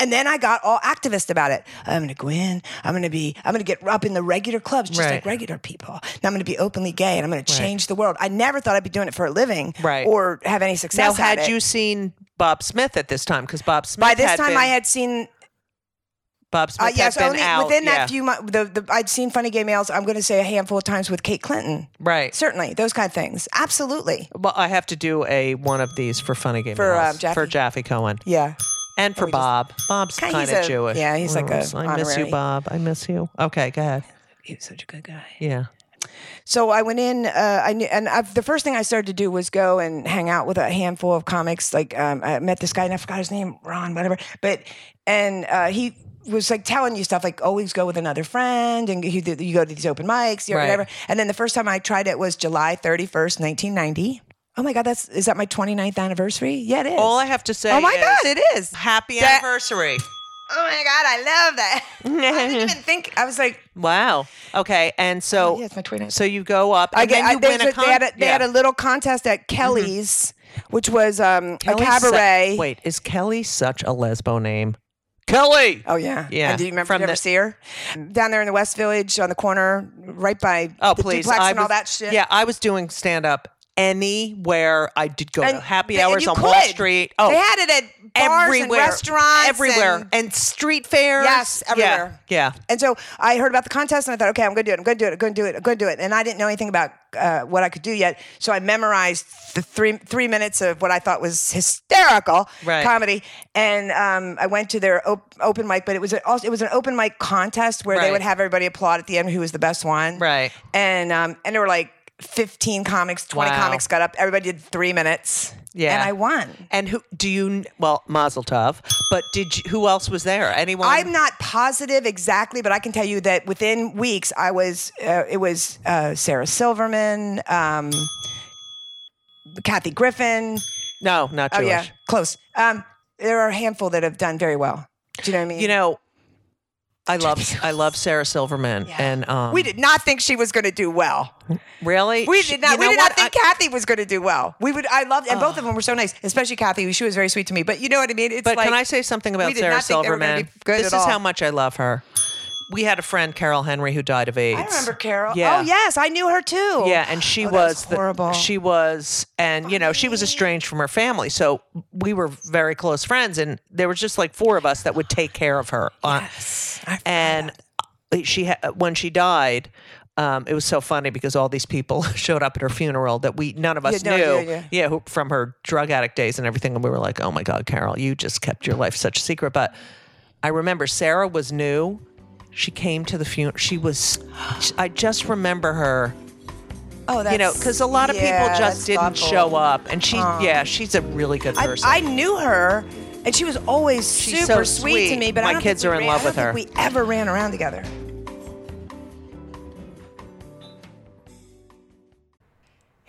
Speaker 2: And then I got all activist about it. I'm going to go in. I'm going to be, I'm going to get up in the regular clubs just
Speaker 3: Right.
Speaker 2: like regular people. And I'm going to be openly gay and I'm going to change the world. I never thought I'd be doing it for a living
Speaker 3: Right.
Speaker 2: or have any
Speaker 3: Now,
Speaker 2: success. at
Speaker 3: had
Speaker 2: it.
Speaker 3: you seen Bob Smith at this time? Because Bob Smith
Speaker 2: by this
Speaker 3: had
Speaker 2: time
Speaker 3: been,
Speaker 2: I had seen,
Speaker 3: Bob
Speaker 2: uh,
Speaker 3: Smith
Speaker 2: yes,
Speaker 3: had been
Speaker 2: only
Speaker 3: out.
Speaker 2: within
Speaker 3: yeah.
Speaker 2: that few months, the, the, I'd seen Funny Gay Males, I'm going to say a handful of times with Kate Clinton.
Speaker 3: Right.
Speaker 2: Certainly, those kind of things. Absolutely.
Speaker 3: Well, I have to do a one of these for Funny Game
Speaker 2: For,
Speaker 3: House,
Speaker 2: um, Jaffe?
Speaker 3: for Jaffe Cohen
Speaker 2: Yeah.
Speaker 3: and for
Speaker 2: we just-
Speaker 3: Bob. Bob's
Speaker 2: Kinda-
Speaker 3: kind
Speaker 2: he's
Speaker 3: of
Speaker 2: a-
Speaker 3: Jewish. Mm-hmm.
Speaker 2: yeah, he's like a
Speaker 3: I miss you,
Speaker 2: honorary-
Speaker 3: Bob. I miss you. Okay, go ahead.
Speaker 2: He was such a good guy.
Speaker 3: Yeah,
Speaker 2: So I went in. Uh, I knew, and i the first thing I started to do was go and hang out with a handful of comics. Like um, I met this guy, and I forgot his name, Ron, whatever. But and uh, he was like telling you stuff like always go with another friend, and you, you go to these open mics, you know,
Speaker 3: Right.
Speaker 2: whatever. And then the first time I tried it was July thirty first, nineteen ninety. Oh my God, that's is that my 29th anniversary? Yeah, it is.
Speaker 3: all I have to say.
Speaker 2: oh my
Speaker 3: is,
Speaker 2: God, it is.
Speaker 3: Happy anniversary.
Speaker 2: Oh my God, I love that. [LAUGHS] I didn't even think. I was like,
Speaker 3: Wow. Okay, and so
Speaker 2: Oh, yeah, it's my 29th.
Speaker 3: so you go up. And
Speaker 2: I get,
Speaker 3: then you
Speaker 2: I, there's
Speaker 3: win a,
Speaker 2: a- they, had a, they had
Speaker 3: yeah.
Speaker 2: a little contest at Kelly's, which was um, a
Speaker 3: Kelly's
Speaker 2: cabaret.
Speaker 3: su- wait, is Kelly such a lesbo name? Kelly.
Speaker 2: Oh yeah,
Speaker 3: Yeah,
Speaker 2: And did you remember?
Speaker 3: from
Speaker 2: From did you ever
Speaker 3: the-
Speaker 2: see her down there in the West Village on the corner, right by
Speaker 3: Oh,
Speaker 2: the
Speaker 3: please.
Speaker 2: duplex
Speaker 3: I
Speaker 2: and all
Speaker 3: was-
Speaker 2: that shit?
Speaker 3: Yeah, I was doing stand up anywhere I did go to
Speaker 2: And
Speaker 3: happy
Speaker 2: they- and
Speaker 3: hours
Speaker 2: you
Speaker 3: on Wall
Speaker 2: could.
Speaker 3: Street. Oh,
Speaker 2: they had it at bars
Speaker 3: everywhere,
Speaker 2: and restaurants,
Speaker 3: everywhere,
Speaker 2: and-
Speaker 3: and, street fairs.
Speaker 2: Yes,
Speaker 3: Yeah,
Speaker 2: everywhere.
Speaker 3: Yeah,
Speaker 2: And so I heard about the contest and I thought, okay, I'm going to do it. I'm going to do it. I'm going to do it. I'm going to do it. And I didn't know anything about uh, what I could do yet. So I memorized the three three minutes of what I thought was hysterical
Speaker 3: Right.
Speaker 2: comedy. And um, I went to their op- open mic, but it was a, also it was an open mic contest where
Speaker 3: Right.
Speaker 2: they would have everybody applaud at the end who was the best one.
Speaker 3: Right.
Speaker 2: And um, and there were like 15 comics, 20
Speaker 3: Wow.
Speaker 2: comics got up. Everybody did three minutes.
Speaker 3: Yeah.
Speaker 2: And I won.
Speaker 3: And who do you? Well, Mazel Tov. But did you, who else was there? Anyone?
Speaker 2: I'm not positive exactly, but I can tell you that within weeks, I was uh, it was uh, Sarah Silverman, um, Kathy Griffin.
Speaker 3: no, not
Speaker 2: Oh
Speaker 3: Jewish.
Speaker 2: yeah, close. Um, there are a handful that have done very well. Do you know what I mean?
Speaker 3: You know,
Speaker 2: [LAUGHS]
Speaker 3: I love I love Sarah Silverman and um,
Speaker 2: we did not think she was going to do well.
Speaker 3: really
Speaker 2: We
Speaker 3: she-
Speaker 2: did not.
Speaker 3: you
Speaker 2: We
Speaker 3: know
Speaker 2: did
Speaker 3: what?
Speaker 2: not think Kathy was going to do well. We would. I loved, and both of them were so nice, especially Kathy. She was very sweet to me. But you know what I mean? It's
Speaker 3: But
Speaker 2: like,
Speaker 3: can I say something about
Speaker 2: we did
Speaker 3: Sarah
Speaker 2: not think they were gonna
Speaker 3: Silverman?
Speaker 2: be good
Speaker 3: this
Speaker 2: at
Speaker 3: is
Speaker 2: all.
Speaker 3: how much I love her. We had a friend, Carol Henry, who died of AIDS.
Speaker 2: I remember Carol.
Speaker 3: Yeah.
Speaker 2: Oh yes, I knew her too.
Speaker 3: Yeah, and she
Speaker 2: Oh, that
Speaker 3: was, the-
Speaker 2: horrible.
Speaker 3: she was, and you know, she was estranged from her family, so we were very close friends, and there was just like four of us that would take care of her. Uh,
Speaker 2: I forgot
Speaker 3: and she ha- when she died. Um, it was so funny because all these people [LAUGHS] showed up at her funeral that we none of us
Speaker 2: Yeah, no,
Speaker 3: knew,
Speaker 2: yeah, yeah.
Speaker 3: who, from her drug addict days and everything. And we were like, "Oh my God, Carol, you just kept your life such a secret." But I remember Sarah was new. She came to the funeral. She was. I just remember her
Speaker 2: Oh, that's,
Speaker 3: you know, because a lot of
Speaker 2: yeah,
Speaker 3: people
Speaker 2: that's
Speaker 3: just didn't
Speaker 2: thoughtful.
Speaker 3: show up, and she,
Speaker 5: Uh-huh.
Speaker 3: yeah, she's a really good
Speaker 2: I,
Speaker 3: person.
Speaker 2: I knew her, and she was always
Speaker 3: She's
Speaker 2: super
Speaker 3: so
Speaker 2: sweet to
Speaker 3: sweet.
Speaker 2: me. But
Speaker 3: My
Speaker 2: I don't
Speaker 3: kids
Speaker 2: think
Speaker 3: are
Speaker 2: we ran-
Speaker 3: in love
Speaker 2: I don't
Speaker 3: with
Speaker 2: think We ever ran around together.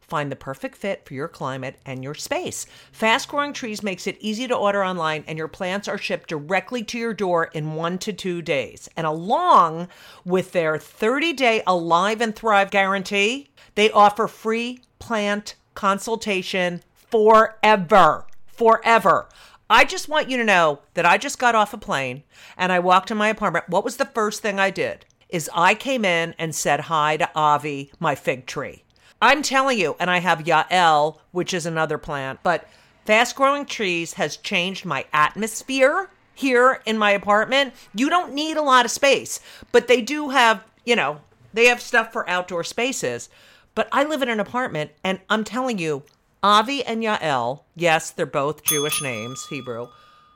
Speaker 5: Find the perfect fit for your climate and your space. Fast Growing Trees makes it easy to order online, and your plants are shipped directly to your door in one to two days. And along with their 30 day Alive and Thrive guarantee, they offer free plant consultation forever forever. I just want you to know that I just got off a plane and I walked in my apartment. What was the first thing I did? Is I came in and said hi to Avi, my fig tree. I'm telling you, and I have Yael, which is another plant, but fast growing trees has changed my atmosphere here in my apartment. You don't need a lot of space, but they do have, you know, they have stuff for outdoor spaces. But I live in an apartment, and I'm telling you, Avi and Yael, yes, they're both Jewish names, Hebrew.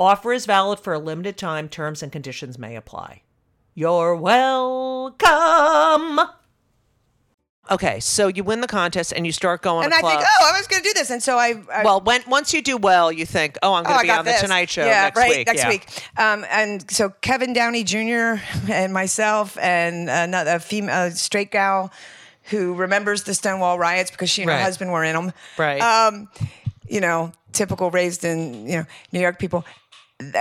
Speaker 5: Offer is valid for a limited time. Terms and conditions may apply. You're welcome.
Speaker 3: Okay, so you win the contest and you start going
Speaker 2: And
Speaker 3: to
Speaker 2: I
Speaker 3: clubs.
Speaker 2: think, oh, I was going to do this, and so I, I
Speaker 3: well, when once you do well, you think, oh, I'm going
Speaker 2: Oh,
Speaker 3: to
Speaker 2: I
Speaker 3: be
Speaker 2: got
Speaker 3: on
Speaker 2: this.
Speaker 3: the Tonight Show
Speaker 2: yeah,
Speaker 3: next
Speaker 2: right,
Speaker 3: week.
Speaker 2: Next
Speaker 3: Yeah.
Speaker 2: week. Um, and so Kevin Downey Jr. [LAUGHS] and myself and another a female a straight gal who remembers the Stonewall riots because she and
Speaker 3: Right.
Speaker 2: her husband were in them.
Speaker 3: Right.
Speaker 2: Um, you know, typical raised in you know New York people. That-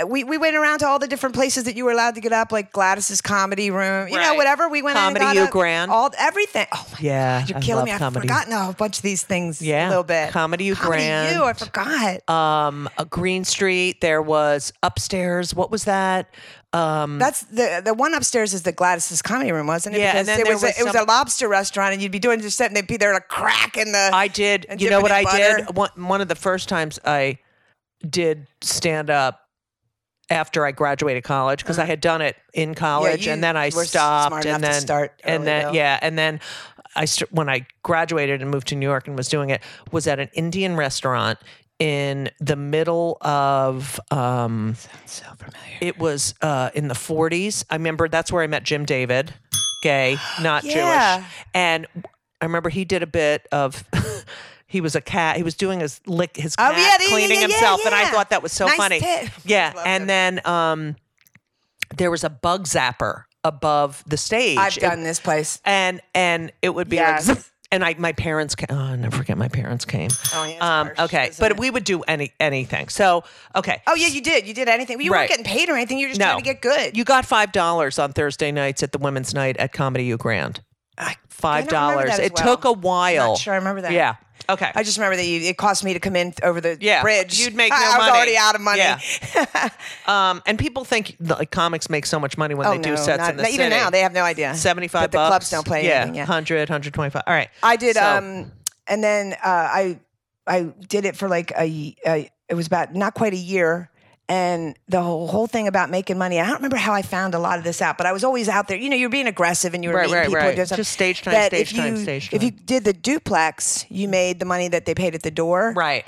Speaker 2: We, we went around to all the different places that you were allowed to get up, like Gladys's comedy room, you know,
Speaker 3: Right.
Speaker 2: whatever. We went in and
Speaker 3: Comedy
Speaker 2: got
Speaker 3: U
Speaker 2: up,
Speaker 3: Grand.
Speaker 2: all everything. Oh my
Speaker 3: Yeah,
Speaker 2: God, you're
Speaker 3: I
Speaker 2: killing
Speaker 3: love
Speaker 2: me! I've
Speaker 3: comedy.
Speaker 2: forgotten a bunch of these things.
Speaker 3: Yeah.
Speaker 2: a little bit.
Speaker 3: Comedy U Grand.
Speaker 2: U, I forgot.
Speaker 3: Um, uh, Green Street. There was upstairs. What was that? Um,
Speaker 2: That's the the one upstairs is the Gladys's comedy room, wasn't it?
Speaker 3: Yeah,
Speaker 2: because
Speaker 3: and then
Speaker 2: it
Speaker 3: there
Speaker 2: was,
Speaker 3: was
Speaker 2: a, it was
Speaker 3: some-
Speaker 2: a lobster restaurant, and you'd be doing just sitting, they'd be there like cracking the.
Speaker 3: I did.
Speaker 2: and
Speaker 3: You know what
Speaker 2: dipping
Speaker 3: I
Speaker 2: in
Speaker 3: did?
Speaker 2: butter.
Speaker 3: One, one of the first times I did stand up after I graduated college because I had done it in college
Speaker 2: Uh-huh. you
Speaker 3: and then I
Speaker 2: were s-
Speaker 3: stopped
Speaker 2: smart
Speaker 3: and
Speaker 2: enough to
Speaker 3: then
Speaker 2: start early,
Speaker 3: and then
Speaker 2: though.
Speaker 3: yeah and then I st- when I graduated and moved to New York and was doing it was at an Indian restaurant in the middle of um
Speaker 2: So familiar.
Speaker 3: it was uh, in the 40s. I remember that's where I met Jim David, gay, [GASPS] not
Speaker 2: Yeah.
Speaker 3: Jewish. And I remember he did a bit of. [LAUGHS] He was a cat. He was doing his lick, his
Speaker 2: Oh,
Speaker 3: cat
Speaker 2: yeah, yeah, yeah,
Speaker 3: cleaning
Speaker 2: yeah,
Speaker 3: himself, and I
Speaker 2: yeah.
Speaker 3: thought that was so
Speaker 2: Nice
Speaker 3: funny.
Speaker 2: tip.
Speaker 3: [LAUGHS] Yeah,
Speaker 2: Love
Speaker 3: and
Speaker 2: him.
Speaker 3: then um, there was a bug zapper above the stage.
Speaker 2: I've
Speaker 3: It-
Speaker 2: done this place.
Speaker 3: and and it would be
Speaker 2: Yes.
Speaker 3: like. zip, [LAUGHS] And I, my parents came. Oh, I never forget my parents came.
Speaker 2: Oh, yeah, it's
Speaker 3: um,
Speaker 2: harsh,
Speaker 3: okay,
Speaker 2: isn't
Speaker 3: but
Speaker 2: it?
Speaker 3: we would do any anything. So, okay.
Speaker 2: Oh yeah, you did. You did anything. You
Speaker 3: Right.
Speaker 2: weren't getting paid or anything. You were just trying to get good.
Speaker 3: You got five dollars on Thursday nights at the women's night at Comedy U Grand. Five
Speaker 2: remember
Speaker 3: dollars.
Speaker 2: that as
Speaker 3: It
Speaker 2: well.
Speaker 3: took a while.
Speaker 2: Not sure I remember that.
Speaker 3: Yeah. Okay.
Speaker 2: I just remember that you, it cost me to come in over the
Speaker 3: Yeah,
Speaker 2: bridge.
Speaker 3: you'd make
Speaker 2: [LAUGHS] I,
Speaker 3: no
Speaker 2: I was
Speaker 3: money.
Speaker 2: already out of money. [LAUGHS]
Speaker 3: Yeah. um, and people think like comics make so much money when
Speaker 2: Oh,
Speaker 3: they do
Speaker 2: no,
Speaker 3: sets
Speaker 2: not-
Speaker 3: in the
Speaker 2: not-
Speaker 3: city.
Speaker 2: even now they have no idea.
Speaker 3: seventy-five
Speaker 2: But the
Speaker 3: bucks.
Speaker 2: clubs don't play
Speaker 3: yeah,
Speaker 2: anything, yeah.
Speaker 3: 100, 125. All right.
Speaker 2: I did.
Speaker 3: So-
Speaker 2: um, and then uh, I I did it for like a, y- a- it was about not quite a year. And the whole, whole thing about making money, I don't remember how I found a lot of this out, but I was always out there. You know, you're being aggressive and you were
Speaker 3: Right,
Speaker 2: meeting
Speaker 3: right,
Speaker 2: people.
Speaker 3: right.
Speaker 2: and doing stuff.
Speaker 3: Just stage time,
Speaker 2: That
Speaker 3: stage
Speaker 2: if
Speaker 3: time,
Speaker 2: you-
Speaker 3: stage
Speaker 2: If you
Speaker 3: time.
Speaker 2: did the duplex, you made the money that they paid at the door.
Speaker 3: right.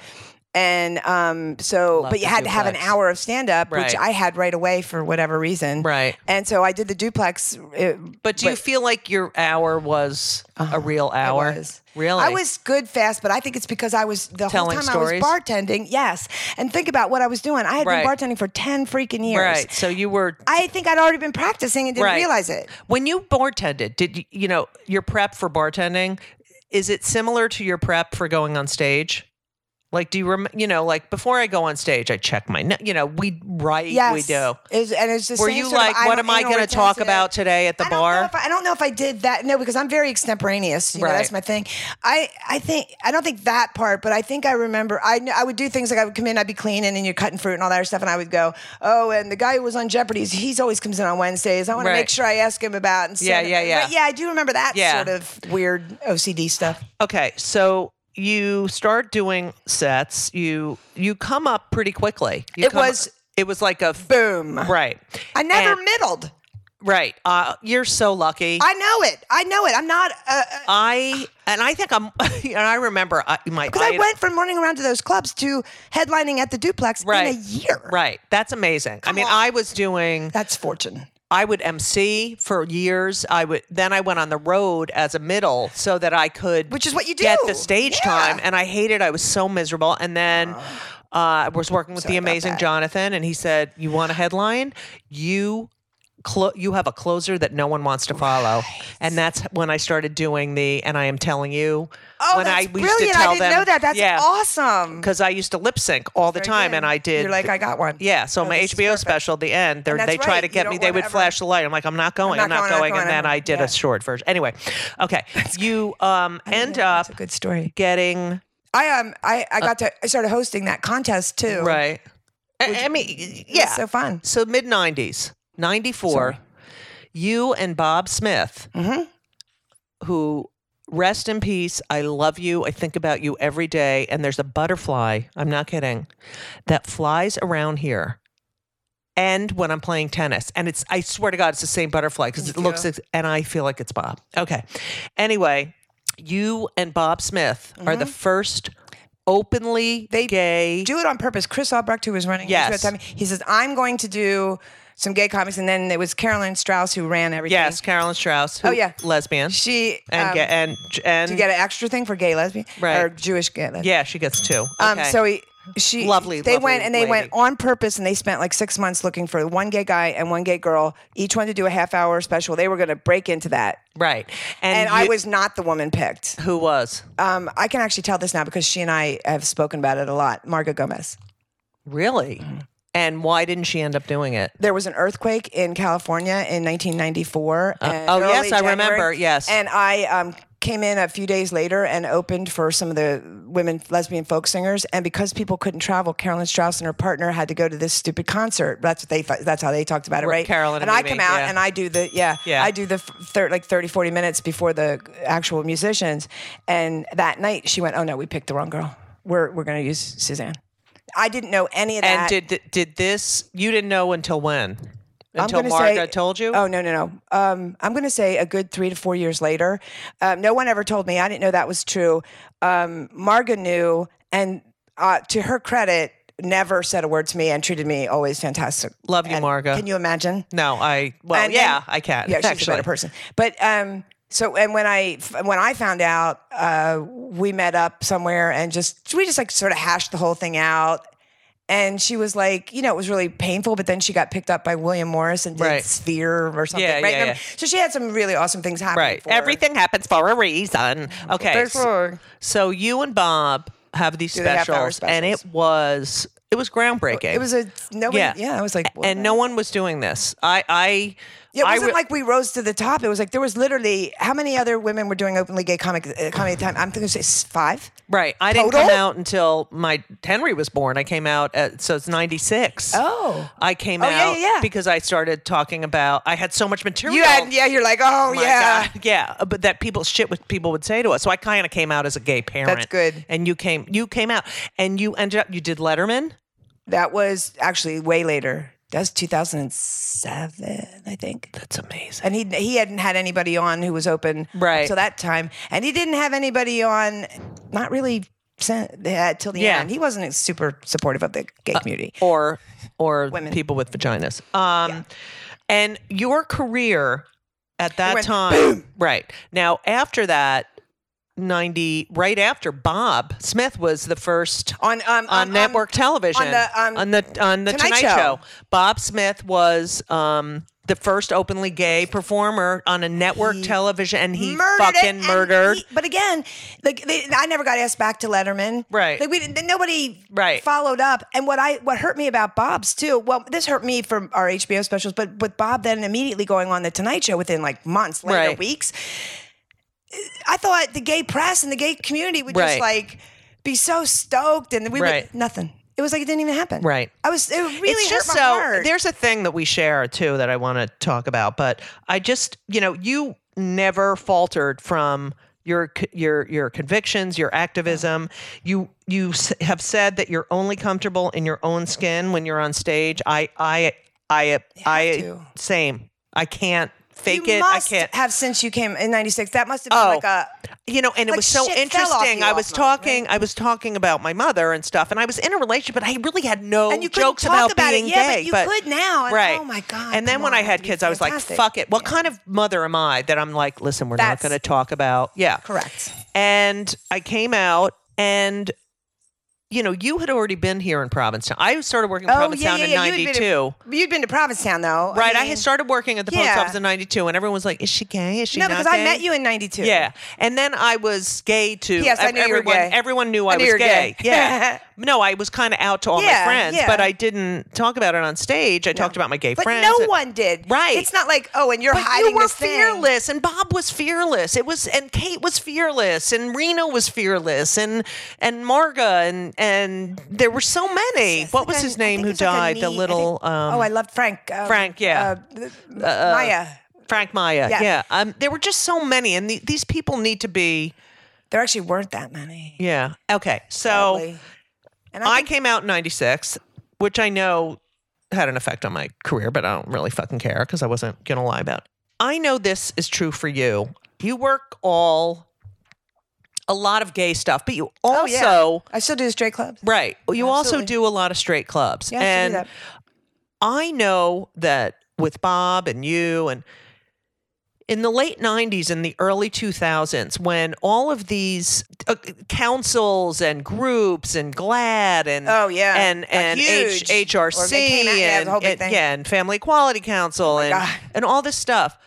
Speaker 2: And um, so,
Speaker 3: Love
Speaker 2: but you
Speaker 3: the
Speaker 2: had to have an
Speaker 3: duplex.
Speaker 2: hour of stand up,
Speaker 3: Right.
Speaker 2: which I had right away for whatever reason.
Speaker 3: Right.
Speaker 2: And so I did the duplex. uh,
Speaker 3: But do you feel like your hour was a real
Speaker 2: I
Speaker 3: hour?
Speaker 2: Uh-huh. was.
Speaker 3: Really?
Speaker 2: I was good fast, but I think it's because I was the
Speaker 3: Telling
Speaker 2: whole time
Speaker 3: stories?
Speaker 2: I was bartending. Yes, and think about what I was doing. I had
Speaker 3: Right.
Speaker 2: been bartending for ten freaking years.
Speaker 3: right. So you were
Speaker 2: I think I'd already been practicing and didn't
Speaker 3: Right.
Speaker 2: realize it.
Speaker 3: When you bartended, did you, you know your prep for bartending? Is it similar to your prep for going on stage? Like, do you rem- you know, like before I go on stage, I check my, no- you know, we write,
Speaker 2: Yes,
Speaker 3: we do.
Speaker 2: It's, and it's the
Speaker 3: Were
Speaker 2: same
Speaker 3: you
Speaker 2: sort of
Speaker 3: like, what am I
Speaker 2: anal
Speaker 3: going to talk
Speaker 2: retentive.
Speaker 3: about today at the
Speaker 2: I don't
Speaker 3: bar?
Speaker 2: Know if I, I don't know if I did that. No, because I'm very extemporaneous. You know, that's my
Speaker 3: Right.
Speaker 2: thing. I, I think I don't think that part, but I think I remember. I kn- I would do things like I would come in, I'd be cleaning, and you're cutting fruit and all that other stuff, and I would go, oh, and the guy who was on Jeopardy, he's- he's always comes in on Wednesdays. I want
Speaker 3: Right.
Speaker 2: to make sure I ask him about and
Speaker 3: Yeah,
Speaker 2: send-
Speaker 3: yeah, yeah.
Speaker 2: But yeah, I do remember that
Speaker 3: Yeah.
Speaker 2: sort of weird OCD stuff.
Speaker 3: okay, so you start doing sets. You you come up pretty quickly. You
Speaker 2: It
Speaker 3: come-
Speaker 2: was-
Speaker 3: it was like a
Speaker 2: Boom.
Speaker 3: right.
Speaker 2: I never
Speaker 3: And-
Speaker 2: middled.
Speaker 3: Right. Uh, you're so lucky.
Speaker 2: I know it. I know it. I'm not. Uh,
Speaker 3: I and I think I'm. [LAUGHS] And I remember I, my.
Speaker 2: because I
Speaker 3: I-
Speaker 2: went from running around to those clubs to headlining at the duplex in
Speaker 3: right
Speaker 2: a year.
Speaker 3: Right. That's amazing. I mean, I was doing.
Speaker 2: That's fortune.
Speaker 3: I would MC for years. I would then I went on the road as a middle so that I could
Speaker 2: Which is what you
Speaker 3: get
Speaker 2: do.
Speaker 3: the stage
Speaker 2: Yeah.
Speaker 3: time and I hated I was so miserable and then uh,
Speaker 2: Uh-huh.
Speaker 3: I was working with the amazing Jonathan and he said you want a headline you clo- you have a closer that no one wants to follow and that's when I started doing the and I am telling you
Speaker 2: Oh,
Speaker 3: when
Speaker 2: that's
Speaker 3: I used
Speaker 2: brilliant.
Speaker 3: to tell
Speaker 2: I didn't
Speaker 3: them
Speaker 2: know that. That's
Speaker 3: yeah,
Speaker 2: awesome.
Speaker 3: because I used to lip sync all the
Speaker 2: Very
Speaker 3: time,
Speaker 2: good.
Speaker 3: and I did.
Speaker 2: You're like, I got one.
Speaker 3: Yeah, so
Speaker 2: Oh,
Speaker 3: my
Speaker 2: this is
Speaker 3: HBO
Speaker 2: perfect.
Speaker 3: special, the end, they're-
Speaker 2: And that's
Speaker 3: they try
Speaker 2: right.
Speaker 3: to
Speaker 2: You
Speaker 3: get
Speaker 2: don't
Speaker 3: me. They
Speaker 2: wanna
Speaker 3: would
Speaker 2: ever-
Speaker 3: flash the light. I'm like, I'm not going.
Speaker 2: not
Speaker 3: I'm not
Speaker 2: going, I'm not
Speaker 3: going. And
Speaker 2: going, I'm
Speaker 3: then
Speaker 2: not-
Speaker 3: I did
Speaker 2: yeah.
Speaker 3: a short version. Anyway,
Speaker 2: [LAUGHS]
Speaker 3: okay, you um end up
Speaker 2: That's a good story.
Speaker 3: getting
Speaker 2: I um I, I got to I started hosting that contest too.
Speaker 3: right. I, I mean,
Speaker 2: It was
Speaker 3: yeah.
Speaker 2: so fun.
Speaker 3: So mid '90s, '94, you and Bob Smith,
Speaker 2: Mm-hmm.
Speaker 3: who rest in peace. I love you. I think about you every day. And there's a butterfly. I'm not kidding. That flies around here. And when I'm playing tennis, and it's, I swear to God, it's the same butterfly because it looks, ex- and I feel like it's Bob. Okay. Anyway, you and Bob Smith are the first openly
Speaker 2: Mm-hmm. They
Speaker 3: gay.
Speaker 2: Do it on purpose. Chris Albrecht, who was running the show at
Speaker 3: Yes.
Speaker 2: the time, he says, I'm going to do some gay comics. And then it was Carolyn Strauss who ran everything.
Speaker 3: yes, Carolyn Strauss.
Speaker 2: Oh,
Speaker 3: who-
Speaker 2: yeah.
Speaker 3: lesbian.
Speaker 2: She
Speaker 3: and
Speaker 2: um,
Speaker 3: get and and
Speaker 2: to get an extra thing for gay lesbian
Speaker 3: Right.
Speaker 2: or Jewish gay lesbian.
Speaker 3: yeah, she gets two.
Speaker 2: Um,
Speaker 3: Okay.
Speaker 2: so he, she,
Speaker 3: Lovely,
Speaker 2: They
Speaker 3: lovely
Speaker 2: went and they went
Speaker 3: lady.
Speaker 2: on purpose, and they spent like six months looking for one gay guy and one gay girl, each one to do a half hour special. They were going to break into that,
Speaker 3: right,
Speaker 2: and, I
Speaker 3: you-
Speaker 2: was not the woman picked.
Speaker 3: who was
Speaker 2: Um, I can actually tell this now because she and I have spoken about it a lot. Margot Gomez.
Speaker 3: really, Mm-hmm. and why didn't she end up doing it?
Speaker 2: There was an earthquake in California in 1994. and
Speaker 3: oh,
Speaker 2: early
Speaker 3: yes, I
Speaker 2: January,
Speaker 3: remember, yes.
Speaker 2: and I um, came in a few days later and opened for some of the women lesbian folk singers. And because people couldn't travel, Carolyn Strauss and her partner had to go to this stupid concert. That's what they thought. That's how they talked about it,
Speaker 3: With
Speaker 2: right?
Speaker 3: Carolyn
Speaker 2: and
Speaker 3: and
Speaker 2: I
Speaker 3: Mimi,
Speaker 2: come out
Speaker 3: yeah.
Speaker 2: and I do the yeah,
Speaker 3: Yeah.
Speaker 2: I do the f- thir- like 30, 40 minutes before the actual musicians. And that night she went, "Oh no, we picked the wrong girl. We're we're gonna use Suzanne." I didn't know any of that.
Speaker 3: And did th- did this? You didn't know until when? Until
Speaker 2: gonna say-
Speaker 3: Marga told you?
Speaker 2: Oh no no no. Um, I'm going to say a good three to four years later. Um, no one ever told me. I didn't know that was true. Um, Marga knew, and uh, to her credit, never said a word to me and treated me always fantastic.
Speaker 3: Love you,
Speaker 2: And
Speaker 3: Marga.
Speaker 2: Can you imagine?
Speaker 3: no, I well,
Speaker 2: And then-
Speaker 3: yeah, I can.
Speaker 2: Yeah, she's
Speaker 3: actually.
Speaker 2: a better person. But um, so and when I when I found out, uh, we met up somewhere and just we just like sort of hashed the whole thing out. And she was like, you know, it was really painful, but then she got picked up by William Morris and did
Speaker 3: Right.
Speaker 2: Sphere or something,
Speaker 3: Yeah,
Speaker 2: right?
Speaker 3: yeah,
Speaker 2: Remember?
Speaker 3: yeah.
Speaker 2: So she had some really awesome things happen.
Speaker 3: Right.
Speaker 2: for her.
Speaker 3: Everything happens for a reason. Okay. s- So you and Bob have these
Speaker 2: the half-hour
Speaker 3: specials, and it was it was groundbreaking.
Speaker 2: It was a nobody. Yeah,
Speaker 3: Yeah.
Speaker 2: I was like, what?
Speaker 3: and no one was doing this. I I
Speaker 2: Yeah, it
Speaker 3: I
Speaker 2: wasn't
Speaker 3: re-
Speaker 2: like we rose to the top. It was like there was literally how many other women were doing openly gay comic uh, comedy at the time? I'm thinking it's five.
Speaker 3: Right. I didn't
Speaker 2: Total?
Speaker 3: come out until my Henry was born. I came out at so it's 96.
Speaker 2: Oh.
Speaker 3: I came
Speaker 2: Oh,
Speaker 3: out
Speaker 2: yeah, yeah, yeah.
Speaker 3: because I started talking about I had so much material.
Speaker 2: You had yeah. You're like, oh,
Speaker 3: Oh my
Speaker 2: yeah.
Speaker 3: God. Yeah, uh, but that people shit what people would say to us. So I kind of came out as a gay parent.
Speaker 2: good.
Speaker 3: And you came you came out and you ended up you did Letterman?
Speaker 2: That was actually way later. That was 2007, I think.
Speaker 3: That's amazing.
Speaker 2: And he he hadn't had anybody on who was open
Speaker 3: Right.
Speaker 2: till that time, and he didn't have anybody on, not really sent, uh, till the
Speaker 3: Yeah. Uh,
Speaker 2: end. He wasn't super supportive of the gay community.
Speaker 3: or or
Speaker 2: Women.
Speaker 3: people with vaginas. Um, and your career at that
Speaker 2: went
Speaker 3: time, [CLEARS THROAT] right now after that ninety, right after Bob Smith was the first
Speaker 2: On um
Speaker 3: on network television
Speaker 2: on the, um,
Speaker 3: on the on the
Speaker 2: Tonight
Speaker 3: Tonight,
Speaker 2: Show.
Speaker 3: Show. Bob Smith was um, the first openly gay performer on a network television, and he
Speaker 2: murdered it,
Speaker 3: fucking
Speaker 2: and
Speaker 3: murdered.
Speaker 2: he- but again, like they, I never got asked back to Letterman.
Speaker 3: Right.
Speaker 2: Like we didn't. Nobody.
Speaker 3: Right.
Speaker 2: Followed up. And what I what hurt me about Bob's too. Well, this hurt me from our HBO specials, but with Bob then immediately going on the Tonight Show within like months, later
Speaker 3: Right.
Speaker 2: weeks. I thought the gay press and the gay community would just
Speaker 3: Right.
Speaker 2: like be so stoked, and we
Speaker 3: Right.
Speaker 2: would nothing. It was like it didn't even happen.
Speaker 3: Right.
Speaker 2: I was. It really
Speaker 3: it's
Speaker 2: hurt
Speaker 3: just
Speaker 2: my
Speaker 3: so
Speaker 2: heart.
Speaker 3: there's a thing that we share too that I want to talk about, but I just you know you never faltered from your c- your your convictions, your activism. You you s- have said that you're only comfortable in your own skin when you're on stage. I I I I
Speaker 2: to.
Speaker 3: same. I can't fake
Speaker 2: you
Speaker 3: it.
Speaker 2: must
Speaker 3: I can't Oh.
Speaker 2: have since you came in '96. That must have been like a.
Speaker 3: you know, and it
Speaker 2: like
Speaker 3: was so
Speaker 2: shit fell off
Speaker 3: interesting.
Speaker 2: you
Speaker 3: I
Speaker 2: off
Speaker 3: was
Speaker 2: mode, right?
Speaker 3: talking, I was talking about my mother and stuff, and I was in a relationship, but I really had no
Speaker 2: And you couldn't
Speaker 3: jokes
Speaker 2: talk
Speaker 3: about,
Speaker 2: about it.
Speaker 3: being
Speaker 2: Yeah, but
Speaker 3: gay.
Speaker 2: you could now. And-
Speaker 3: right?
Speaker 2: oh my God,
Speaker 3: And then
Speaker 2: come
Speaker 3: when
Speaker 2: on,
Speaker 3: I
Speaker 2: that
Speaker 3: had
Speaker 2: would be
Speaker 3: kids, I was like,
Speaker 2: fantastic.
Speaker 3: "Fuck it." What
Speaker 2: Yeah.
Speaker 3: kind of mother am I that I'm like, "Listen, we're
Speaker 2: That's-
Speaker 3: not going to talk about." Yeah,
Speaker 2: Correct.
Speaker 3: And I came out and. You know, you had already been here in Provincetown. I started working in
Speaker 2: Oh yeah,
Speaker 3: Provincetown
Speaker 2: yeah, yeah.
Speaker 3: in
Speaker 2: You'd been,
Speaker 3: '92.
Speaker 2: to, you'd been to Provincetown though,
Speaker 3: right. I,
Speaker 2: mean-
Speaker 3: had started working at the post
Speaker 2: Yeah.
Speaker 3: office in 92, and everyone was like, Is she gay? Is she
Speaker 2: No,
Speaker 3: not
Speaker 2: because I
Speaker 3: gay?"
Speaker 2: met you in '92.
Speaker 3: Yeah, and then I was gay too.
Speaker 2: Yes, I knew you were
Speaker 3: everyone,
Speaker 2: gay.
Speaker 3: Everyone knew
Speaker 2: I
Speaker 3: I,
Speaker 2: knew
Speaker 3: was
Speaker 2: you were
Speaker 3: gay.
Speaker 2: gay. [LAUGHS]
Speaker 3: Yeah, no, I was kind of out to all
Speaker 2: Yeah,
Speaker 3: my friends,
Speaker 2: yeah.
Speaker 3: but I didn't talk about it on stage. I talked about my gay
Speaker 2: but
Speaker 3: friends.
Speaker 2: no
Speaker 3: and-
Speaker 2: one did.
Speaker 3: Right.
Speaker 2: It's not like oh, and you're
Speaker 3: But
Speaker 2: hiding
Speaker 3: you were
Speaker 2: this thing.
Speaker 3: fearless, and Bob was fearless. It was, and Kate was fearless, and Reno was fearless, and and Marga, and and there were so many.
Speaker 2: It's
Speaker 3: what
Speaker 2: like
Speaker 3: was
Speaker 2: a-
Speaker 3: his
Speaker 2: I
Speaker 3: name
Speaker 2: think
Speaker 3: who
Speaker 2: it's like a
Speaker 3: died?
Speaker 2: knee-
Speaker 3: the
Speaker 2: I think-
Speaker 3: little um,
Speaker 2: oh, I loved Frank. um,
Speaker 3: Frank, yeah.
Speaker 2: uh, Maya.
Speaker 3: Frank Maya.
Speaker 2: Yeah.
Speaker 3: Yeah, Um, there were just so many, and the, these people need to be.
Speaker 2: There actually weren't that many.
Speaker 3: Yeah. Okay. So.
Speaker 2: Sadly. And I,
Speaker 3: I
Speaker 2: think
Speaker 3: came out in 96, which I know had an effect on my career, but I don't really fucking care because I wasn't going to lie about it. I know this is true for you. You work all a lot of gay stuff, but you also
Speaker 2: oh, yeah. I still do the straight clubs.
Speaker 3: right. You also
Speaker 2: Absolutely.
Speaker 3: do a lot of straight clubs.
Speaker 2: Yeah, I still do
Speaker 3: and
Speaker 2: that.
Speaker 3: I know that with Bob and you and in the late 90s and the early 2000s when all of these uh, councils and groups and glad and
Speaker 2: Oh, yeah.
Speaker 3: and
Speaker 2: Like
Speaker 3: and H-
Speaker 2: huge. Or
Speaker 3: HRC
Speaker 2: they came out- yeah,
Speaker 3: and,
Speaker 2: the whole big
Speaker 3: and-
Speaker 2: thing. Oh
Speaker 3: yeah and family equality council and
Speaker 2: God.
Speaker 3: and all this stuff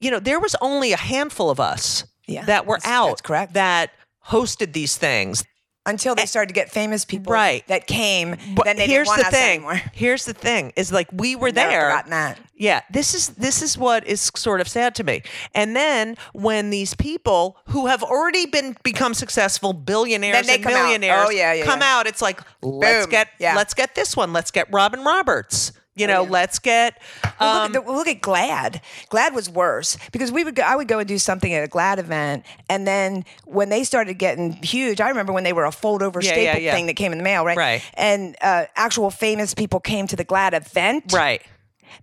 Speaker 3: you know there was only a handful of us
Speaker 2: Yeah,
Speaker 3: that were
Speaker 2: that's-
Speaker 3: out
Speaker 2: that's correct.
Speaker 3: that hosted these things
Speaker 2: Until they started to get famous people
Speaker 3: Right.
Speaker 2: that came,
Speaker 3: but
Speaker 2: then they didn't
Speaker 3: here's
Speaker 2: want
Speaker 3: the
Speaker 2: us
Speaker 3: thing
Speaker 2: anymore. [LAUGHS]
Speaker 3: here's the thing is like we were
Speaker 2: Never
Speaker 3: there
Speaker 2: forgotten that.
Speaker 3: yeah, this is this is what is sort of sad to me. And then when these people who have already been become successful
Speaker 2: Then
Speaker 3: billionaires
Speaker 2: they
Speaker 3: and
Speaker 2: come out.
Speaker 3: millionaires
Speaker 2: Oh, yeah, yeah,
Speaker 3: come
Speaker 2: yeah.
Speaker 3: out, it's like let's
Speaker 2: Boom.
Speaker 3: get
Speaker 2: Yeah. Oh,
Speaker 3: let's get this one. Let's get Robin Roberts. You know, let's get
Speaker 2: Well,
Speaker 3: um,
Speaker 2: look, at the, well, look at Glad. Glad was worse because we would go, I would go and do something at a Glad event, and then when they started getting huge, I remember when they were a fold over
Speaker 3: Yeah, yeah,
Speaker 2: staple
Speaker 3: yeah.
Speaker 2: thing that came in the mail, right?
Speaker 3: Right.
Speaker 2: And uh, actual famous people came to the Glad event.
Speaker 3: right.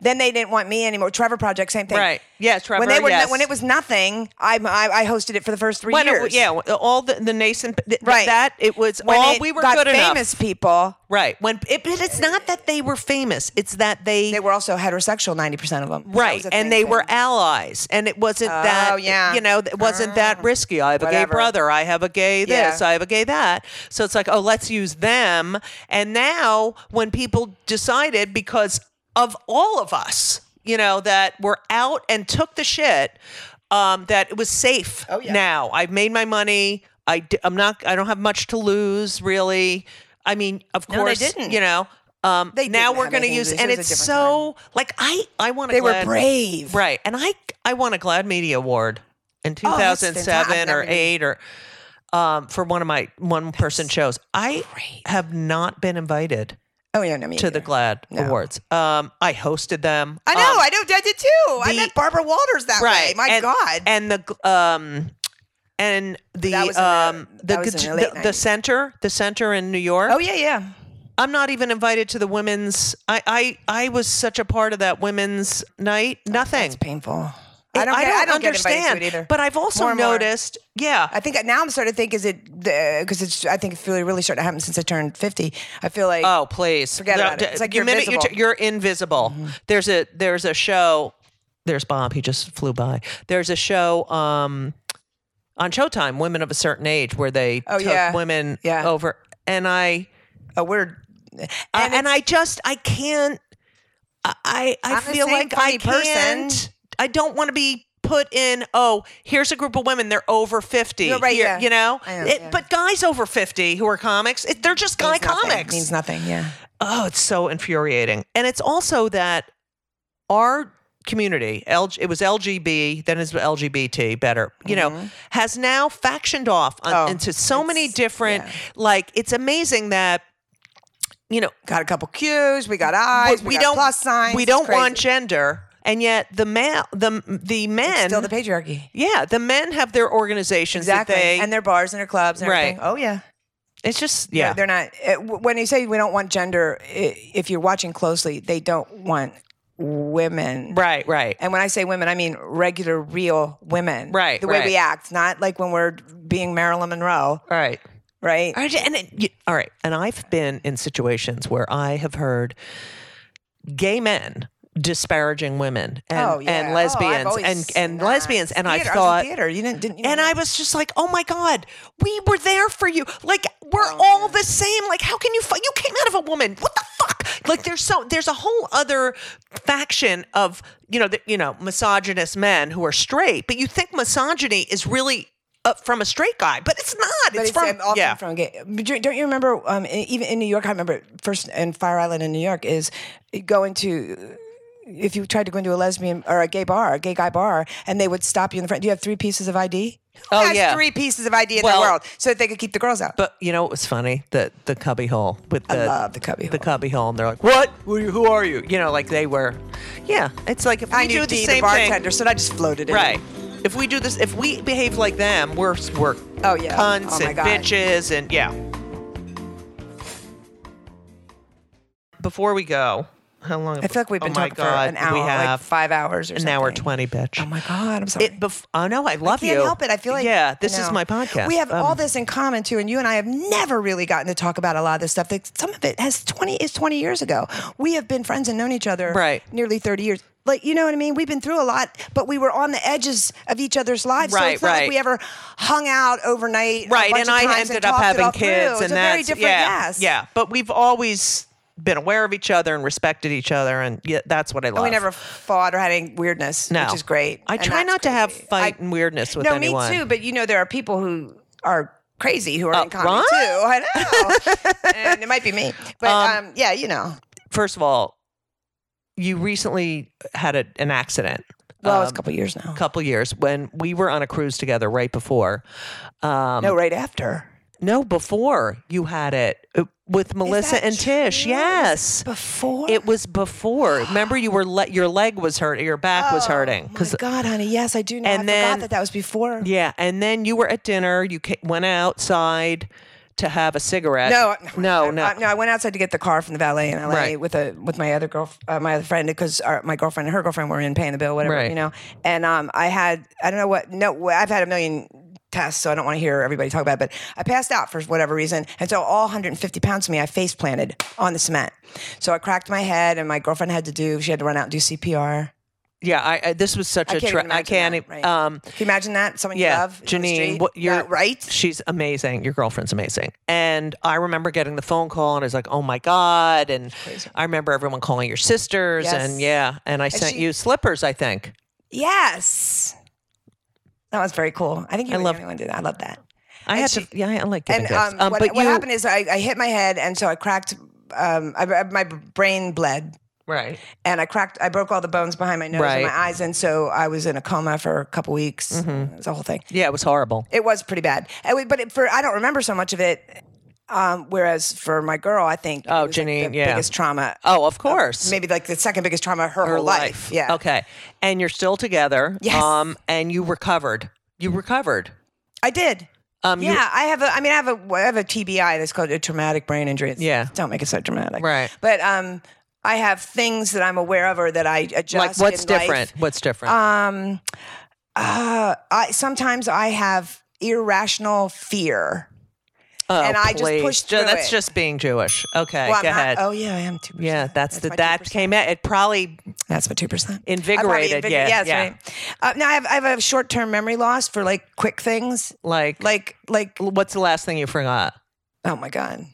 Speaker 2: Then they didn't want me anymore. Trevor Project, same thing.
Speaker 3: Right. Yeah, Trevor,
Speaker 2: When they were
Speaker 3: yes.
Speaker 2: when it was nothing, I, I I hosted it for the first three
Speaker 3: When it-
Speaker 2: years.
Speaker 3: yeah, all the, the nascent th-
Speaker 2: Right.
Speaker 3: that it was
Speaker 2: When
Speaker 3: all
Speaker 2: it
Speaker 3: we were
Speaker 2: got
Speaker 3: good
Speaker 2: famous
Speaker 3: enough.
Speaker 2: people.
Speaker 3: Right. When it, but it's not that they were famous. It's that they
Speaker 2: They were also heterosexual. Ninety percent of them. That
Speaker 3: Right.
Speaker 2: was a
Speaker 3: And
Speaker 2: thing
Speaker 3: they
Speaker 2: then.
Speaker 3: were allies. And it wasn't that,
Speaker 2: Oh, yeah. Oh.
Speaker 3: you know, it wasn't that risky. I have a
Speaker 2: Whatever.
Speaker 3: gay brother. I have a gay this.
Speaker 2: Yeah.
Speaker 3: I have a gay that. So it's like, oh, let's use them. And now when people decided, because of all of us, you know, that were out and took the shit, um, that it was safe oh, yeah. now. I've made my money. I d- I'm not, I don't have much to lose, really. I mean, of
Speaker 2: they
Speaker 3: course,
Speaker 2: didn't.
Speaker 3: you know. Um,
Speaker 2: They
Speaker 3: now
Speaker 2: didn't
Speaker 3: we're
Speaker 2: have
Speaker 3: going to
Speaker 2: anything to
Speaker 3: use,
Speaker 2: lose.
Speaker 3: and
Speaker 2: It was
Speaker 3: it's
Speaker 2: a different time.
Speaker 3: so like I I want to
Speaker 2: They were brave.
Speaker 3: right and I I won a Glad Media Award in
Speaker 2: Oh, that's fantastic.
Speaker 3: 2007
Speaker 2: I've
Speaker 3: or
Speaker 2: never-
Speaker 3: 8 or um, for one of my one person shows I have not been invited
Speaker 2: Oh yeah, no, me
Speaker 3: to the
Speaker 2: either.
Speaker 3: Glad
Speaker 2: No.
Speaker 3: Awards um, I hosted them
Speaker 2: I know,
Speaker 3: Um,
Speaker 2: I know, I did too. I
Speaker 3: the-
Speaker 2: met Barbara Walters that way. My
Speaker 3: and,
Speaker 2: God.
Speaker 3: and the um and the
Speaker 2: That was in the-
Speaker 3: um the,
Speaker 2: that was in the
Speaker 3: the,
Speaker 2: late
Speaker 3: the
Speaker 2: 90s.
Speaker 3: center the center in New York
Speaker 2: oh yeah, yeah.
Speaker 3: I'm not even invited to the women's. I I, I was such a part of that women's night. Nothing.
Speaker 2: It's painful.
Speaker 3: I don't,
Speaker 2: get-
Speaker 3: understand.
Speaker 2: Get invited to it either.
Speaker 3: But I've also
Speaker 2: More and more.
Speaker 3: noticed. Yeah.
Speaker 2: I think now I'm starting to think is it because it's I think it's really really starting to happen since I turned 50. I feel like
Speaker 3: oh please.
Speaker 2: Forget about it. It's like
Speaker 3: the
Speaker 2: you're
Speaker 3: minute you
Speaker 2: invisible. Mm-hmm.
Speaker 3: are invisible. There's a there's a show. There's Bob. He just flew by. There's a show. Um, on Showtime, women of a certain age, where they
Speaker 2: Oh,
Speaker 3: took
Speaker 2: yeah.
Speaker 3: women
Speaker 2: Yeah.
Speaker 3: over, and I.
Speaker 2: a word. And,
Speaker 3: I- and,
Speaker 2: it's-
Speaker 3: I just I can't. I I, I
Speaker 2: I'm the
Speaker 3: feel
Speaker 2: same
Speaker 3: like I
Speaker 2: funny person.
Speaker 3: can't. I don't want to be put in. Oh, here's a group of women. They're over fifty.
Speaker 2: You're right,
Speaker 3: Here-
Speaker 2: yeah.
Speaker 3: You know.
Speaker 2: I know,
Speaker 3: It-
Speaker 2: yeah.
Speaker 3: But guys over fifty who are comics, it, they're just guy
Speaker 2: means nothing.
Speaker 3: comics.
Speaker 2: means nothing. Yeah.
Speaker 3: oh, it's so infuriating. And it's also that our community, LG, it was LGB, then it's LGBT, better, you know, has now factioned off on,
Speaker 2: Mm-hmm. Oh,
Speaker 3: into so many
Speaker 2: it's-
Speaker 3: different.
Speaker 2: yeah.
Speaker 3: Like it's amazing that. You know,
Speaker 2: Got a couple cues. We got eyes. We, got
Speaker 3: don't
Speaker 2: plus signs.
Speaker 3: We
Speaker 2: It's
Speaker 3: don't want
Speaker 2: crazy.
Speaker 3: gender, and yet the male, the the men,
Speaker 2: still the patriarchy.
Speaker 3: yeah, the men have their organizations
Speaker 2: Exactly.
Speaker 3: that they
Speaker 2: and their bars and their clubs and
Speaker 3: Right.
Speaker 2: everything. Oh yeah.
Speaker 3: It's just yeah,
Speaker 2: eh, They're not. uh, w- When you say we don't want gender, i- if you're watching closely, they don't want women.
Speaker 3: Right, right.
Speaker 2: And when I say women, I mean regular, real women.
Speaker 3: Right,
Speaker 2: The way
Speaker 3: right.
Speaker 2: we act, not like when we're being Marilyn Monroe,
Speaker 3: All right.
Speaker 2: right?
Speaker 3: All right, and it, you, all right, and I've been in situations where I have heard gay men disparaging women and,
Speaker 2: Oh, yeah.
Speaker 3: and
Speaker 2: Oh, I've
Speaker 3: lesbians
Speaker 2: always
Speaker 3: and
Speaker 2: seen
Speaker 3: and
Speaker 2: that.
Speaker 3: lesbians, and
Speaker 2: Theater.
Speaker 3: I
Speaker 2: was in
Speaker 3: thought.
Speaker 2: theater. You didn't, didn't you
Speaker 3: and
Speaker 2: know?
Speaker 3: I was just like, "Oh my God, we were there for you. Like we're
Speaker 2: Oh,
Speaker 3: all the same. Like how can you? Fu- you came out of a woman. What the fuck? Like there's so there's a whole other faction of you know the, you know misogynist men who are straight, but you think misogyny is really uh, from a straight guy, but it's not.
Speaker 2: But
Speaker 3: it's
Speaker 2: it's
Speaker 3: from
Speaker 2: um, often
Speaker 3: yeah.
Speaker 2: from gay. But do- Don't you remember? Um, in- even in New York, I remember first in Fire Island in New York is going to. If you tried to go into a lesbian or a gay bar, a gay guy bar, and they would stop you in the front. Do you have three pieces of ID? Who
Speaker 3: Oh,
Speaker 2: has
Speaker 3: yeah.
Speaker 2: three pieces of ID in
Speaker 3: Well-
Speaker 2: the world so that they could keep the girls out.
Speaker 3: But you know what was funny? The the cubby hole with the
Speaker 2: love the cubby
Speaker 3: the
Speaker 2: hole.
Speaker 3: cubby hole, and they're like, "What? Who are you? Who are you?" You know, like they were. Yeah, it's like if we
Speaker 2: I knew
Speaker 3: do the
Speaker 2: Dee,
Speaker 3: same
Speaker 2: the bartender,
Speaker 3: thing,
Speaker 2: so I just floated it.
Speaker 3: right? If we do this, if we behave like them, we're we're
Speaker 2: Oh, yeah.
Speaker 3: cunts
Speaker 2: Oh, my
Speaker 3: and
Speaker 2: God.
Speaker 3: bitches and yeah. Before we go, how long?
Speaker 2: I feel like we've been
Speaker 3: oh my
Speaker 2: talking
Speaker 3: God,
Speaker 2: for an hour,
Speaker 3: We
Speaker 2: like
Speaker 3: have
Speaker 2: five hours or
Speaker 3: an
Speaker 2: something.
Speaker 3: hour twenty, bitch.
Speaker 2: Oh my god, I'm sorry.
Speaker 3: It bef- oh no, I love
Speaker 2: can't
Speaker 3: you.
Speaker 2: help it. I feel like
Speaker 3: yeah, this
Speaker 2: I
Speaker 3: is
Speaker 2: know.
Speaker 3: my podcast.
Speaker 2: We have
Speaker 3: Um,
Speaker 2: all this in common too, and you and I have never really gotten to talk about a lot of this stuff. Like, some of it has twenty is twenty years ago. We have been friends and known each other
Speaker 3: Right.
Speaker 2: nearly thirty years. Like you know what I mean? We've been through a lot, but we were on the edges of each other's lives. so
Speaker 3: Right,
Speaker 2: it's not
Speaker 3: right.
Speaker 2: like we ever hung out overnight. a
Speaker 3: right
Speaker 2: bunch
Speaker 3: and
Speaker 2: of
Speaker 3: i
Speaker 2: times and
Speaker 3: ended up
Speaker 2: talked it
Speaker 3: having
Speaker 2: all through.
Speaker 3: kids
Speaker 2: It's
Speaker 3: and
Speaker 2: a
Speaker 3: that's
Speaker 2: very different
Speaker 3: yeah
Speaker 2: yes.
Speaker 3: yeah but we've always been aware of each other and respected each other and yeah, that's what i love
Speaker 2: And we never fought or had any weirdness,
Speaker 3: No.
Speaker 2: which is great.
Speaker 3: I
Speaker 2: And
Speaker 3: try
Speaker 2: that's
Speaker 3: not to have
Speaker 2: crazy.
Speaker 3: fight and weirdness with
Speaker 2: no,
Speaker 3: anyone. Uh,
Speaker 2: me too. But you know, there are people who are crazy who are in comedy
Speaker 3: what?
Speaker 2: too. I
Speaker 3: [LAUGHS]
Speaker 2: know, and it might be me. But
Speaker 3: Um,
Speaker 2: um, yeah, you know.
Speaker 3: first of all you
Speaker 2: Mm.
Speaker 3: recently had a, an accident
Speaker 2: Well, it's
Speaker 3: um,
Speaker 2: a couple years now.
Speaker 3: couple years when we were on a cruise together right before um
Speaker 2: no, right after.
Speaker 3: no before you had it uh, with melissa
Speaker 2: that
Speaker 3: and tish
Speaker 2: true?
Speaker 3: yes
Speaker 2: Before
Speaker 3: it was before remember you were le- your leg was hurt your back was hurting
Speaker 2: Oh my God, honey. Yes, I do know.
Speaker 3: And
Speaker 2: I
Speaker 3: then-
Speaker 2: forgot that that was before.
Speaker 3: Yeah, and then you were at dinner. You ca- went outside to have a cigarette.
Speaker 2: No,
Speaker 3: no,
Speaker 2: I-
Speaker 3: no.
Speaker 2: I, no, I went outside to get the car from the valet in LA
Speaker 3: Right.
Speaker 2: with a with my other girl, uh, my other friend, because our- my girlfriend and her girlfriend were in paying the bill, whatever,
Speaker 3: Right.
Speaker 2: you know. And um, I had I don't know what no, I've had a million tests, so I don't want to hear everybody talk about it. But I passed out for whatever reason, and so all 150 pounds of me, I face planted on the cement. So I cracked my head, and my girlfriend had to do. She had to run out and do CPR.
Speaker 3: yeah, I, I this was such
Speaker 2: I
Speaker 3: a
Speaker 2: can't
Speaker 3: tra-
Speaker 2: even
Speaker 3: I
Speaker 2: imagine
Speaker 3: can't.
Speaker 2: that,
Speaker 3: e-
Speaker 2: right.
Speaker 3: Um,
Speaker 2: Can you imagine that? Someone you
Speaker 3: yeah,
Speaker 2: love, in the
Speaker 3: Janine,
Speaker 2: street?
Speaker 3: what you're
Speaker 2: Yeah, right?
Speaker 3: She's amazing. Your girlfriend's amazing. And I remember getting the phone call, and I was like, "Oh my god!" And I remember everyone calling your sisters, and
Speaker 2: Yes.
Speaker 3: yeah, and I sent
Speaker 2: she-
Speaker 3: you slippers. I think.
Speaker 2: Yes. That was very cool. I think you
Speaker 3: I
Speaker 2: were
Speaker 3: love-
Speaker 2: the only one to do that. I love that.
Speaker 3: I
Speaker 2: And
Speaker 3: had
Speaker 2: she-
Speaker 3: to. Yeah, I like giving
Speaker 2: And
Speaker 3: gifts.
Speaker 2: um, what,
Speaker 3: but
Speaker 2: what
Speaker 3: you,
Speaker 2: happened is I, I hit my head, and so I cracked. Um, I, I- my brain bled,
Speaker 3: right?
Speaker 2: and I cracked. I broke all the bones behind my nose
Speaker 3: Right. Mm-hmm.
Speaker 2: and my eyes, and so I was in a coma for a couple weeks. It was a whole thing.
Speaker 3: Yeah, it was horrible.
Speaker 2: It was pretty bad. And we- but it, for I don't remember so much of it. Um, whereas for my girl, I think
Speaker 3: Oh,
Speaker 2: it was like
Speaker 3: Janine,
Speaker 2: the
Speaker 3: yeah.
Speaker 2: biggest trauma.
Speaker 3: Oh, of course.
Speaker 2: Maybe like the second biggest trauma of her,
Speaker 3: her
Speaker 2: whole life. Yeah.
Speaker 3: Okay. And you're still together. um,
Speaker 2: Yes.
Speaker 3: and you recovered. You recovered.
Speaker 2: I did.
Speaker 3: Um, you-
Speaker 2: yeah, I have a. I mean, I have a. I have a TBI that's called a traumatic brain injury. It's,
Speaker 3: Yeah.
Speaker 2: don't make it so dramatic.
Speaker 3: Right.
Speaker 2: But um, I have things that I'm aware of or that I adjust.
Speaker 3: like what's
Speaker 2: in
Speaker 3: different?
Speaker 2: life.
Speaker 3: What's different?
Speaker 2: Um, uh, I sometimes I have irrational fear.
Speaker 3: oh,
Speaker 2: and I just
Speaker 3: please.
Speaker 2: pushed
Speaker 3: Ju-
Speaker 2: through
Speaker 3: That's
Speaker 2: it.
Speaker 3: just being Jewish. Okay.
Speaker 2: Well, I'm
Speaker 3: go
Speaker 2: not-
Speaker 3: ahead.
Speaker 2: oh yeah, I am two.
Speaker 3: yeah, that's, the
Speaker 2: my
Speaker 3: that
Speaker 2: 2%.
Speaker 3: came out. It probably
Speaker 2: That's my two percent.
Speaker 3: invigorated. yeah,
Speaker 2: yes,
Speaker 3: yeah.
Speaker 2: right. Uh, now I have I have a short term memory loss for like quick things,
Speaker 3: Like, like,
Speaker 2: like like
Speaker 3: what's the last thing you forgot?
Speaker 2: Oh my God.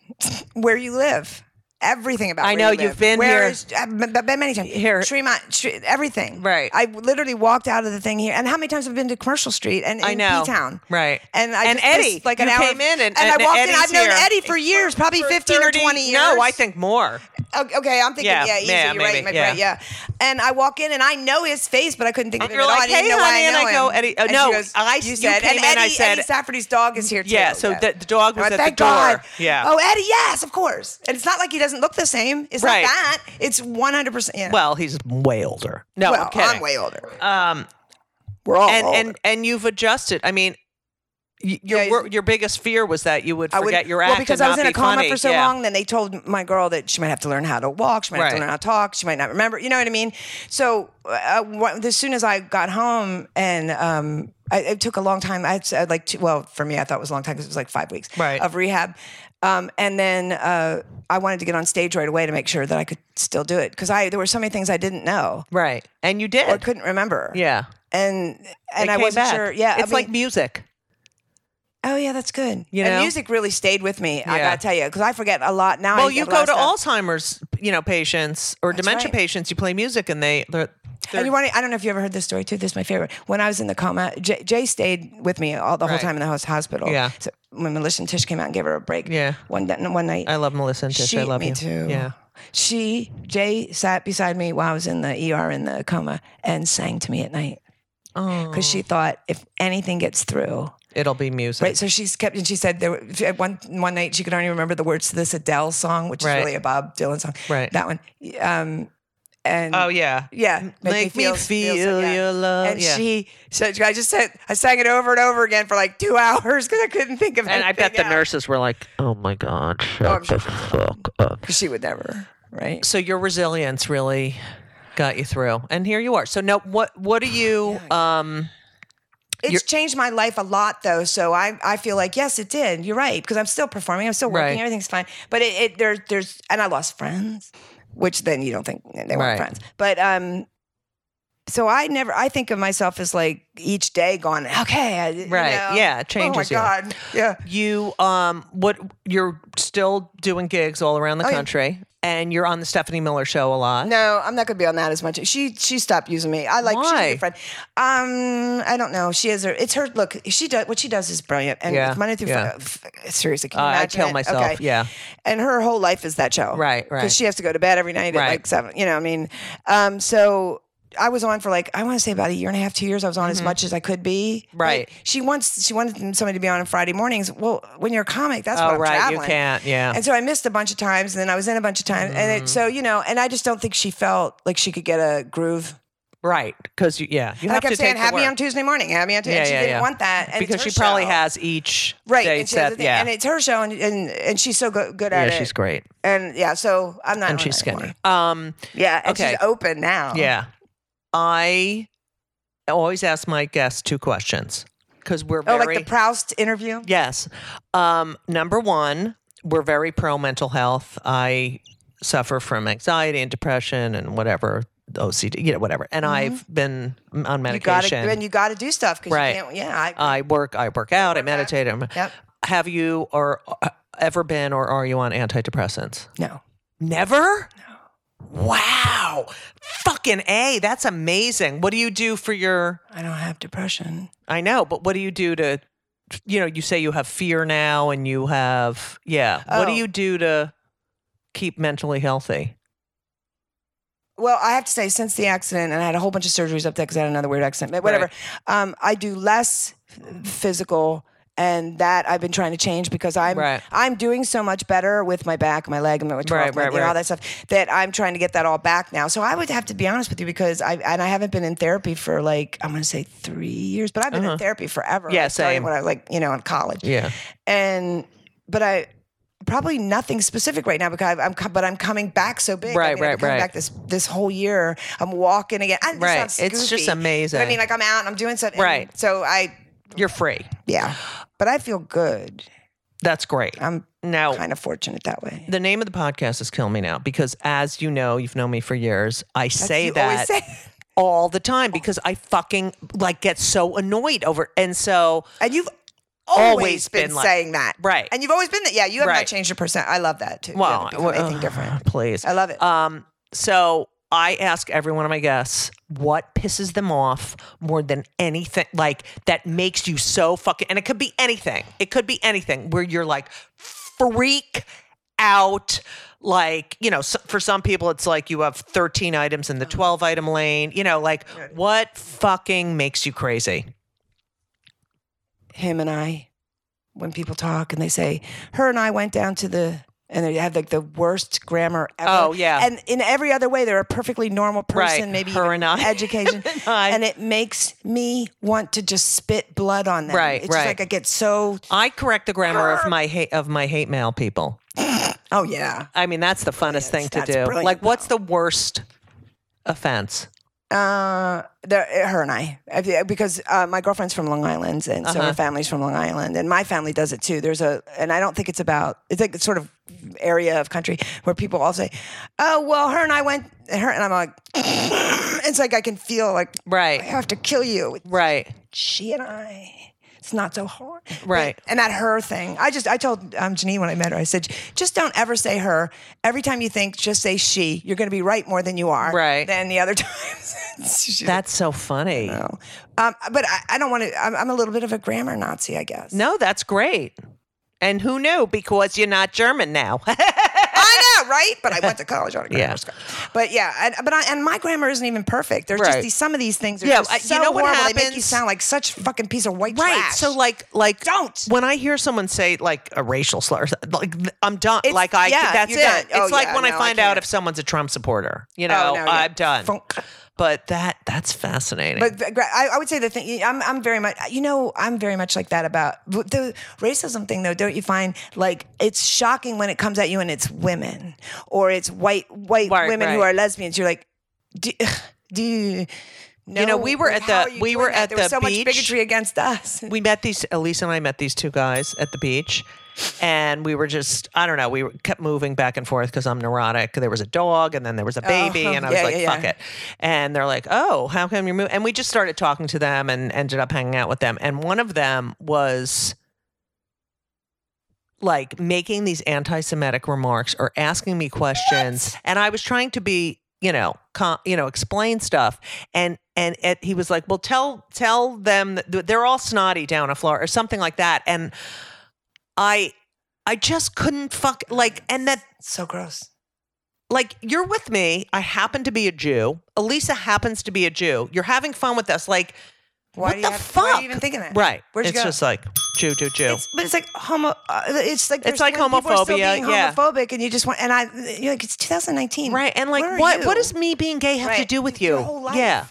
Speaker 2: Where you live. Everything about
Speaker 3: I
Speaker 2: where
Speaker 3: know,
Speaker 2: you
Speaker 3: you've
Speaker 2: live.
Speaker 3: been
Speaker 2: Where
Speaker 3: here.
Speaker 2: is- I've been been many times
Speaker 3: Here.
Speaker 2: Tremont, Tre- everything.
Speaker 3: Right.
Speaker 2: I literally walked out of the thing here, and how many times I've been to Commercial Street and
Speaker 3: I
Speaker 2: in
Speaker 3: know.
Speaker 2: P-town.
Speaker 3: Right.
Speaker 2: And I
Speaker 3: And
Speaker 2: just missed,
Speaker 3: Eddie.
Speaker 2: like
Speaker 3: You
Speaker 2: an hour,
Speaker 3: came in and-
Speaker 2: and
Speaker 3: and
Speaker 2: I walked in.
Speaker 3: Eddie's
Speaker 2: I've known
Speaker 3: here.
Speaker 2: Eddie for years, probably
Speaker 3: For
Speaker 2: fifteen or
Speaker 3: 30
Speaker 2: twenty years.
Speaker 3: No, I think more.
Speaker 2: Okay, okay, I'm thinking.
Speaker 3: Yeah,
Speaker 2: Yeah,
Speaker 3: yeah,
Speaker 2: easy. You're
Speaker 3: maybe,
Speaker 2: right.
Speaker 3: yeah.
Speaker 2: Yeah. right. Yeah. And I walk in and I know his face, but I couldn't think of
Speaker 3: And
Speaker 2: him
Speaker 3: you're
Speaker 2: at all.
Speaker 3: like,
Speaker 2: I didn't
Speaker 3: "Hey,
Speaker 2: know
Speaker 3: honey,"
Speaker 2: I
Speaker 3: and
Speaker 2: know
Speaker 3: I go,
Speaker 2: him.
Speaker 3: "Eddie- oh,
Speaker 2: And
Speaker 3: no,
Speaker 2: she goes,
Speaker 3: I-
Speaker 2: you
Speaker 3: you
Speaker 2: said,
Speaker 3: came
Speaker 2: and
Speaker 3: in, I
Speaker 2: Eddie,
Speaker 3: said-
Speaker 2: Eddie Safferty's dog is here too.
Speaker 3: Yeah, so the- the dog
Speaker 2: I'm
Speaker 3: was
Speaker 2: like,
Speaker 3: at the
Speaker 2: "Thank
Speaker 3: door."
Speaker 2: God."
Speaker 3: Yeah.
Speaker 2: Oh, Eddie, yes, of course. And it's not like he doesn't look the same. It's
Speaker 3: Right.
Speaker 2: not that. It's 100. percent Yeah.
Speaker 3: Well, he's way older. No,
Speaker 2: Well,
Speaker 3: I'm kidding.
Speaker 2: way older.
Speaker 3: Um,
Speaker 2: We're all
Speaker 3: and
Speaker 2: older.
Speaker 3: and and you've adjusted. I mean, Y- Your
Speaker 2: Yeah.
Speaker 3: wor- your biggest fear was that you would
Speaker 2: I
Speaker 3: forget
Speaker 2: would,
Speaker 3: your act
Speaker 2: well because
Speaker 3: and
Speaker 2: I was
Speaker 3: not
Speaker 2: in a
Speaker 3: be
Speaker 2: coma
Speaker 3: funny.
Speaker 2: for so
Speaker 3: Yeah.
Speaker 2: long. Then they told my girl that she might have to learn how to walk. She might have to
Speaker 3: Right.
Speaker 2: learn how to talk. She might not remember. You know what I mean? So uh, wha- as soon as I got home, and um, I, it took a long time. I had to- I'd like two, well for me, I thought it was a long time because it was like five weeks
Speaker 3: Right.
Speaker 2: of rehab. Um, and then uh, I wanted to get on stage right away to make sure that I could still do it because I there were so many things I didn't know
Speaker 3: Right. And you
Speaker 2: or
Speaker 3: did.
Speaker 2: couldn't remember.
Speaker 3: yeah.
Speaker 2: and and
Speaker 3: It
Speaker 2: I
Speaker 3: came
Speaker 2: wasn't
Speaker 3: back.
Speaker 2: sure. Yeah, I
Speaker 3: It's
Speaker 2: mean-
Speaker 3: like music.
Speaker 2: Oh yeah, that's good.
Speaker 3: You
Speaker 2: and
Speaker 3: know?
Speaker 2: music really stayed with me. I
Speaker 3: Yeah.
Speaker 2: gotta tell you, because I forget a lot now. I
Speaker 3: Well,
Speaker 2: get
Speaker 3: you
Speaker 2: a lot
Speaker 3: go
Speaker 2: of
Speaker 3: to
Speaker 2: stuff.
Speaker 3: Alzheimer's, you know, patients or dementia
Speaker 2: right.
Speaker 3: patients. You play music, and they they're, they're
Speaker 2: And you want to, I don't know if you ever heard this story too. This is my favorite. When I was in the coma, Jay, Jay stayed with me all the whole
Speaker 3: Right.
Speaker 2: time in the hos- hospital.
Speaker 3: Yeah.
Speaker 2: So when Melissa and Tish came out and gave her a break.
Speaker 3: Yeah.
Speaker 2: One da- one night.
Speaker 3: I love Melissa and Tish.
Speaker 2: she,
Speaker 3: I love
Speaker 2: me
Speaker 3: you.
Speaker 2: too.
Speaker 3: Yeah.
Speaker 2: She Jay sat beside me while I was in the ER in the coma and sang to me at night
Speaker 3: Oh,
Speaker 2: because she thought if anything gets through,
Speaker 3: it'll be music.
Speaker 2: Right. So she's kept, and she said there were- she had one one night she could only remember the words to this Adele song, which
Speaker 3: Right.
Speaker 2: is really a Bob Dylan song.
Speaker 3: Right.
Speaker 2: That one. Um, and
Speaker 3: Oh yeah.
Speaker 2: yeah,
Speaker 3: Make me feel
Speaker 2: yeah.
Speaker 3: your love.
Speaker 2: And
Speaker 3: Yeah.
Speaker 2: she, so I just said, I sang it over and over again for like two [LAUGHS] hours because I couldn't think of.
Speaker 4: And I bet the
Speaker 2: anything else.
Speaker 4: nurses were like, "Oh my God,
Speaker 2: I'm
Speaker 4: shut
Speaker 2: sure
Speaker 4: the fuck up."
Speaker 2: She would never. Right.
Speaker 3: so your resilience really got you through and here you are so now what what do [SIGHS] you um
Speaker 2: It's changed my life a lot though, so I, I feel like yes, it did. You're right because I'm still performing, I'm still working,
Speaker 3: Right.
Speaker 2: everything's fine. But it, it there's there's and I lost friends, which then you don't think eh, they weren't
Speaker 3: Right.
Speaker 2: friends. But um, so I never I think of myself as like each day gone. Okay, I, you
Speaker 3: Right.
Speaker 2: know,
Speaker 3: Yeah, it
Speaker 2: Oh my
Speaker 3: changes you.
Speaker 2: god, yeah.
Speaker 3: you um what you're still doing gigs all around the
Speaker 2: yeah.
Speaker 3: country and you're on the stephanie miller show a lot
Speaker 2: No, I'm not gonna be on that as much. She she stopped using me. I like she's a
Speaker 3: Why?
Speaker 2: good friend. Um, I don't know. She has her. It's her look. She does what she does is brilliant. And
Speaker 3: Yeah,
Speaker 2: it's Monday through
Speaker 3: yeah.
Speaker 2: Friday. f- Seriously, can you
Speaker 3: Uh, I'd
Speaker 2: imagine
Speaker 3: kill
Speaker 2: it?
Speaker 3: myself, yeah.
Speaker 2: And her whole life is that show.
Speaker 3: Right, right.
Speaker 2: Because she has to go to bed every night at
Speaker 3: Right.
Speaker 2: like seven. You know, I mean, um, so. I was on for like I want to say about a year and a half, two years. I was on as much as I could be.
Speaker 3: Mm-hmm. Right.
Speaker 2: She wants she wanted somebody to be on on Friday mornings. Well, when you're a comic, that's
Speaker 3: Oh,
Speaker 2: what I'm
Speaker 3: right, you
Speaker 2: traveling.
Speaker 3: can't, yeah.
Speaker 2: And so I missed a bunch of times, and then I was in a bunch of times, and it, so you know, and I just don't think she felt like she could get a groove.
Speaker 3: right because you yeah you
Speaker 2: And I
Speaker 3: have
Speaker 2: kept
Speaker 3: to
Speaker 2: saying,
Speaker 3: take the
Speaker 2: "Have me
Speaker 3: work."
Speaker 2: on Tuesday morning, have me on Tuesday,"
Speaker 3: yeah,
Speaker 2: and she
Speaker 3: yeah,
Speaker 2: didn't
Speaker 3: yeah.
Speaker 2: want that and it's
Speaker 3: because she
Speaker 2: her
Speaker 3: probably
Speaker 2: show.
Speaker 3: has each
Speaker 2: right,
Speaker 3: day
Speaker 2: and, she has
Speaker 3: set
Speaker 2: the thing,
Speaker 3: yeah
Speaker 2: and it's her show, and and, and she's so go- good at
Speaker 3: yeah
Speaker 2: it.
Speaker 3: she's great
Speaker 2: and yeah, so I'm not.
Speaker 3: and
Speaker 2: on
Speaker 3: she's
Speaker 2: that
Speaker 3: skinny
Speaker 2: anymore.
Speaker 3: um
Speaker 2: Yeah, and
Speaker 3: Okay.
Speaker 2: she's open now.
Speaker 3: Yeah. I always ask my guests two questions because we're
Speaker 2: Oh,
Speaker 3: very.
Speaker 2: like the Proust interview.
Speaker 3: yes. Um, number one, we're very pro mental health. I suffer from anxiety and depression and whatever, OCD, you know, whatever. And I've been on
Speaker 2: Mm-hmm. You got to
Speaker 3: medication.
Speaker 2: and you got to do stuff because
Speaker 3: Right.
Speaker 2: you can't. Yeah, I,
Speaker 3: I work, I work out, I meditate. I'm,
Speaker 2: Yep.
Speaker 3: Have you or uh, ever been or are you on antidepressants?
Speaker 2: no.
Speaker 3: Never? Wow. Fucking A. That's amazing. What do you do for your
Speaker 2: I don't have depression.
Speaker 3: I know, but what do you do to you know, you say you have fear now and you have yeah. What do
Speaker 2: Oh.
Speaker 3: you do to keep mentally healthy?
Speaker 2: Well, I have to say, since the accident, and I had a whole bunch of surgeries up there because I had another weird accident, but whatever. Um, I do less physical, and that I've been trying to change because I'm
Speaker 3: Right.
Speaker 2: I'm doing so much better with my back, my leg, and my 12
Speaker 3: Right,
Speaker 2: my-
Speaker 3: right,
Speaker 2: you know,
Speaker 3: right.
Speaker 2: all that stuff that I'm trying to get that all back now. So I would have to be honest with you because I and I haven't been in therapy for like I'm going to say three years, but I've been in therapy forever.
Speaker 3: Uh-huh. Yeah,
Speaker 2: I started
Speaker 3: same.
Speaker 2: When I was like you know in college
Speaker 3: Yeah.
Speaker 2: and but I probably nothing specific right now because I've, I'm co- but I'm coming back so big.
Speaker 3: Right,
Speaker 2: I mean,
Speaker 3: right,
Speaker 2: I've come
Speaker 3: right.
Speaker 2: Back this this whole year, I'm walking again. I, this
Speaker 3: Right.
Speaker 2: sounds
Speaker 3: It's just
Speaker 2: goofy,
Speaker 3: amazing.
Speaker 2: but I mean, like I'm out and I'm doing something.
Speaker 3: Right.
Speaker 2: So I
Speaker 3: You're free.
Speaker 2: yeah, but I feel good.
Speaker 3: That's great.
Speaker 2: I'm
Speaker 3: now
Speaker 2: kind of fortunate that way.
Speaker 3: the name of the podcast is Kill Me Now because as you know, you've known me for years. I say
Speaker 2: you
Speaker 3: that
Speaker 2: always say- [LAUGHS]
Speaker 3: all the time because I fucking like get so annoyed over and so
Speaker 2: And you've
Speaker 3: Always
Speaker 2: always,
Speaker 3: been
Speaker 2: been,
Speaker 3: like-
Speaker 2: saying that,
Speaker 3: Right.
Speaker 2: And you've always been that. Yeah, you have
Speaker 3: Right.
Speaker 2: not changed your percent. I love that too. You
Speaker 3: Well,
Speaker 2: haven't become
Speaker 3: uh,
Speaker 2: anything different.
Speaker 3: Please.
Speaker 2: I love it.
Speaker 3: Um, so I ask every one of my guests what pisses them off more than anything, like that makes you so fucking, and it could be anything. It could be anything where you're like, freak out. Like, you know, so, for some people, it's like you have 13 items in the
Speaker 2: Uh-huh.
Speaker 3: 12 item lane. You know, like what fucking makes you crazy?
Speaker 2: him and I when people talk and they say, her and I went down to the and they have like the worst grammar ever.
Speaker 3: Oh, yeah.
Speaker 2: And in every other way, they're a perfectly normal person.
Speaker 3: Right.
Speaker 2: Maybe
Speaker 3: Her
Speaker 2: even
Speaker 3: and I. [LAUGHS]
Speaker 2: education,
Speaker 3: And I.
Speaker 2: and it makes me want to just spit blood on them.
Speaker 3: Right,
Speaker 2: It's
Speaker 3: right.
Speaker 2: just like I get so.
Speaker 3: I correct the grammar of my hate of my hate mail people.
Speaker 2: Oh yeah.
Speaker 3: I mean, that's the funnest thing to
Speaker 2: that's
Speaker 3: do.
Speaker 2: brilliant,
Speaker 3: like, what's the worst offense?
Speaker 2: Uh, the- her and I, I- because uh, my girlfriend's from Long Island, and so her family's from Long Island, and my family does it too. There's a, and I don't think it's about. It's like the sort of area of country where people all say, "Oh, well, her and I went." Her and I'm like, [SNIFFS] it's like I can feel like I
Speaker 3: Right,
Speaker 2: have to kill you.
Speaker 3: right.
Speaker 2: She and I. It's not so hard,
Speaker 3: Right.
Speaker 2: But- and that her thing. I just I told um, Janine when I met her, I said, just don't ever say her. Every time you think, just say she. You're going to be right more than you are,
Speaker 3: Right.
Speaker 2: Than the other [LAUGHS] times. She's like,
Speaker 3: That's so funny.
Speaker 2: know. Um, but I, I don't want to. I'm, I'm a little bit of a grammar Nazi, I guess.
Speaker 3: No, that's great. And who knew? Because you're not German now. [LAUGHS]
Speaker 2: I know, right? But I went to college on a grammar
Speaker 3: Yeah.
Speaker 2: school. But yeah, and, but I, and my grammar isn't even perfect. There's
Speaker 3: Right.
Speaker 2: just these, some of these things are
Speaker 3: Yeah,
Speaker 2: just
Speaker 3: I- you
Speaker 2: so
Speaker 3: know what
Speaker 2: horrible. They make you
Speaker 3: happens?
Speaker 2: sound like such fucking piece of white
Speaker 3: right.
Speaker 2: trash.
Speaker 3: So, like, like,
Speaker 2: Don't.
Speaker 3: When I hear someone say like a racial slur, like th- I'm done.
Speaker 2: It's-
Speaker 3: like I,
Speaker 2: yeah,
Speaker 3: that's it.
Speaker 2: you're done.
Speaker 3: It's
Speaker 2: Oh,
Speaker 3: like
Speaker 2: yeah,
Speaker 3: when I
Speaker 2: no, I
Speaker 3: find out
Speaker 2: can't.
Speaker 3: if someone's a Trump supporter. You know,
Speaker 2: Oh, no, yeah.
Speaker 3: I'm done.
Speaker 2: Funk.
Speaker 3: But that that's fascinating.
Speaker 2: But the gra- I, I would say the thing I'm, I'm very much you know I'm very much like that about but the racism thing though don't you find like it's shocking when it comes at you and it's women or it's white white
Speaker 3: Right,
Speaker 2: women who
Speaker 3: right.
Speaker 2: are lesbians you're like do, [SIGHS] do you know,
Speaker 3: know, we were
Speaker 2: like,
Speaker 3: at the-
Speaker 2: how are you
Speaker 3: we
Speaker 2: doing
Speaker 3: were
Speaker 2: that?
Speaker 3: at
Speaker 2: there was so
Speaker 3: the beach.
Speaker 2: much bigotry against us
Speaker 3: [LAUGHS] we met these Elise and I met these two guys at the beach and we were just I don't know we were, kept moving back and forth because I'm neurotic there was a dog and then there was a baby
Speaker 2: Oh,
Speaker 3: and I was
Speaker 2: yeah,
Speaker 3: like
Speaker 2: yeah,
Speaker 3: fuck
Speaker 2: yeah.
Speaker 3: it and they're like oh how come you're moving and we just started talking to them and ended up hanging out with them and one of them was like making these anti-Semitic remarks or asking me questions, and I was trying to be, you know, com- you know, explain stuff, and and it, he was like, "Well, tell tell them that th- they're all snotty down a floor or something like that," and I I just couldn't fuck like, and that
Speaker 2: so gross
Speaker 3: like you're with me. I happen to be a Jew. Elisa happens to be a Jew. You're having fun with us, like.
Speaker 2: why
Speaker 3: What
Speaker 2: do you
Speaker 3: the
Speaker 2: have,
Speaker 3: fuck?
Speaker 2: why are you even thinking that
Speaker 3: Right.
Speaker 2: where'd you
Speaker 3: it's
Speaker 2: go
Speaker 3: just like Jew, Jew, Jew.
Speaker 2: It's, but it's like homo. Uh, it's like
Speaker 3: It's
Speaker 2: there's-
Speaker 3: like
Speaker 2: people are still
Speaker 3: homophobia,
Speaker 2: being
Speaker 3: yeah.
Speaker 2: homophobic, and you just want. And I, you're like, it's 2019,
Speaker 3: right. And like
Speaker 2: Where are
Speaker 3: what
Speaker 2: you?
Speaker 3: what does me being gay have to
Speaker 2: Right.
Speaker 3: do with you?
Speaker 2: Your whole life.
Speaker 3: Yeah.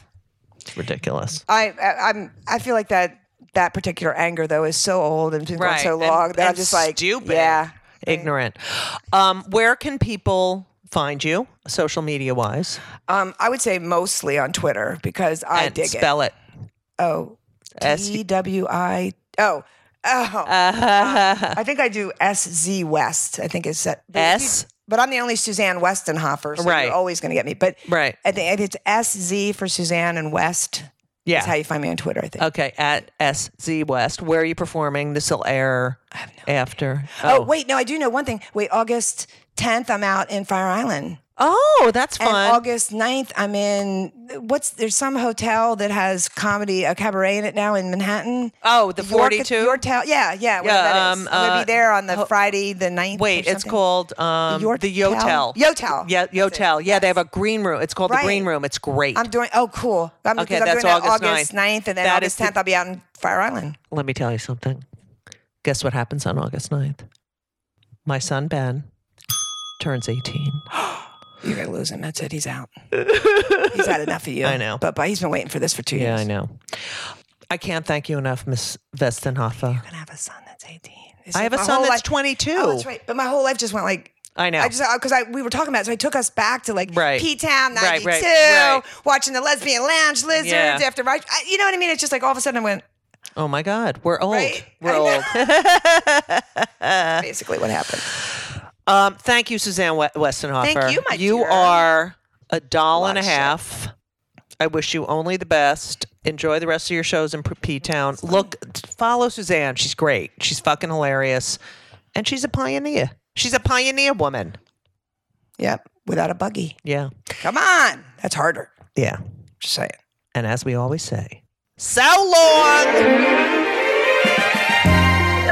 Speaker 3: It's ridiculous.
Speaker 2: I, I I'm I feel like that that particular anger though is so old and been
Speaker 3: Right.
Speaker 2: going so
Speaker 3: And-
Speaker 2: long that I'm
Speaker 3: and
Speaker 2: just like
Speaker 3: stupid.
Speaker 2: Yeah.
Speaker 3: ignorant. Um, where can people find you, social media wise?
Speaker 2: Um, I would say mostly on Twitter because I
Speaker 3: and
Speaker 2: dig
Speaker 3: spell it.
Speaker 2: it. Oh,
Speaker 3: S-
Speaker 2: T W I. Oh,
Speaker 3: [LAUGHS]
Speaker 2: oh.
Speaker 3: Uh,
Speaker 2: I think I do S Z West. I think it's that. but you-
Speaker 3: S?
Speaker 2: But I'm the only Suzanne Westenhofer, so
Speaker 3: Right.
Speaker 2: you're always going to get me. But
Speaker 3: Right.
Speaker 2: I think it's S Z for Suzanne and West. That's how
Speaker 3: yeah.
Speaker 2: you find me on Twitter. I think.
Speaker 3: Okay. At SZ West. Where are you performing? This will air after.
Speaker 2: Oh. wait, no, I do know one thing. Wait, August 10th, I'm out in Fire Island.
Speaker 3: Oh, that's
Speaker 2: And
Speaker 3: fun.
Speaker 2: August 9th, I'm in what's there's some hotel that has comedy, a cabaret in it now in Manhattan.
Speaker 3: oh, the
Speaker 2: York-
Speaker 3: 42.
Speaker 2: Your town. Yeah, yeah. whatever
Speaker 3: Yeah,
Speaker 2: that is.
Speaker 3: um,
Speaker 2: I'm going
Speaker 3: uh,
Speaker 2: to be there on the
Speaker 3: ho-
Speaker 2: Friday, the 9th. or
Speaker 3: Wait, it's
Speaker 2: something.
Speaker 3: called um,
Speaker 2: York
Speaker 3: the
Speaker 2: Town?
Speaker 3: Yotel.
Speaker 2: Yotel.
Speaker 3: Yeah,
Speaker 2: That's it.
Speaker 3: Yotel. Yeah, they have a green room. It's called the
Speaker 2: Right.
Speaker 3: green room. It's great.
Speaker 2: I'm doing, oh, cool. I'm,
Speaker 3: Okay,
Speaker 2: because I'm
Speaker 3: that's
Speaker 2: doing that
Speaker 3: August
Speaker 2: August
Speaker 3: 9th.
Speaker 2: 9th, and then
Speaker 3: That is
Speaker 2: August
Speaker 3: the-
Speaker 2: 10th, I'll be out in Fire Island.
Speaker 3: Let me tell you something. Guess what happens on August 9th? My son Ben
Speaker 2: [GASPS]
Speaker 3: turns 18.
Speaker 2: You're going to lose him. That's it. He's
Speaker 3: [LAUGHS]
Speaker 2: out. he's had enough of you.
Speaker 3: I know.
Speaker 2: But, but he's been waiting for this for two
Speaker 3: Yeah,
Speaker 2: years.
Speaker 3: I know. I can't thank you enough, Miss Vestenhofer.
Speaker 2: I'm going to have a son that's 18. It's
Speaker 3: I
Speaker 2: like
Speaker 3: have a
Speaker 2: my
Speaker 3: son
Speaker 2: whole
Speaker 3: that's
Speaker 2: life-
Speaker 3: 22.
Speaker 2: Oh, that's right. But my whole life just went like,
Speaker 3: I know.
Speaker 2: I just because I we were talking about it, so I took us back to like
Speaker 3: Right.
Speaker 2: P Town
Speaker 3: Right, right,
Speaker 2: '92,
Speaker 3: right.
Speaker 2: watching the Lesbian Lounge Lizards
Speaker 3: Yeah.
Speaker 2: after right. I, you know what I mean? It's just like all of a sudden I went
Speaker 3: oh my God, we're old.
Speaker 2: Right? [LAUGHS]
Speaker 3: We're old.
Speaker 2: I
Speaker 3: Uh.
Speaker 2: basically what happened.
Speaker 3: um, thank you, Suzanne we- Westenhofer.
Speaker 2: Thank you, my
Speaker 3: You
Speaker 2: dear.
Speaker 3: are a doll and a
Speaker 2: of shit.
Speaker 3: half. I wish you only the best. Enjoy the rest of your shows in P Town. Look, follow Suzanne. She's great. She's fucking hilarious, and she's a pioneer. She's a pioneer woman.
Speaker 2: Yep, without a buggy.
Speaker 3: Yeah,
Speaker 2: Come on, that's harder.
Speaker 3: yeah.
Speaker 2: Just saying.
Speaker 3: And as we always say, so long.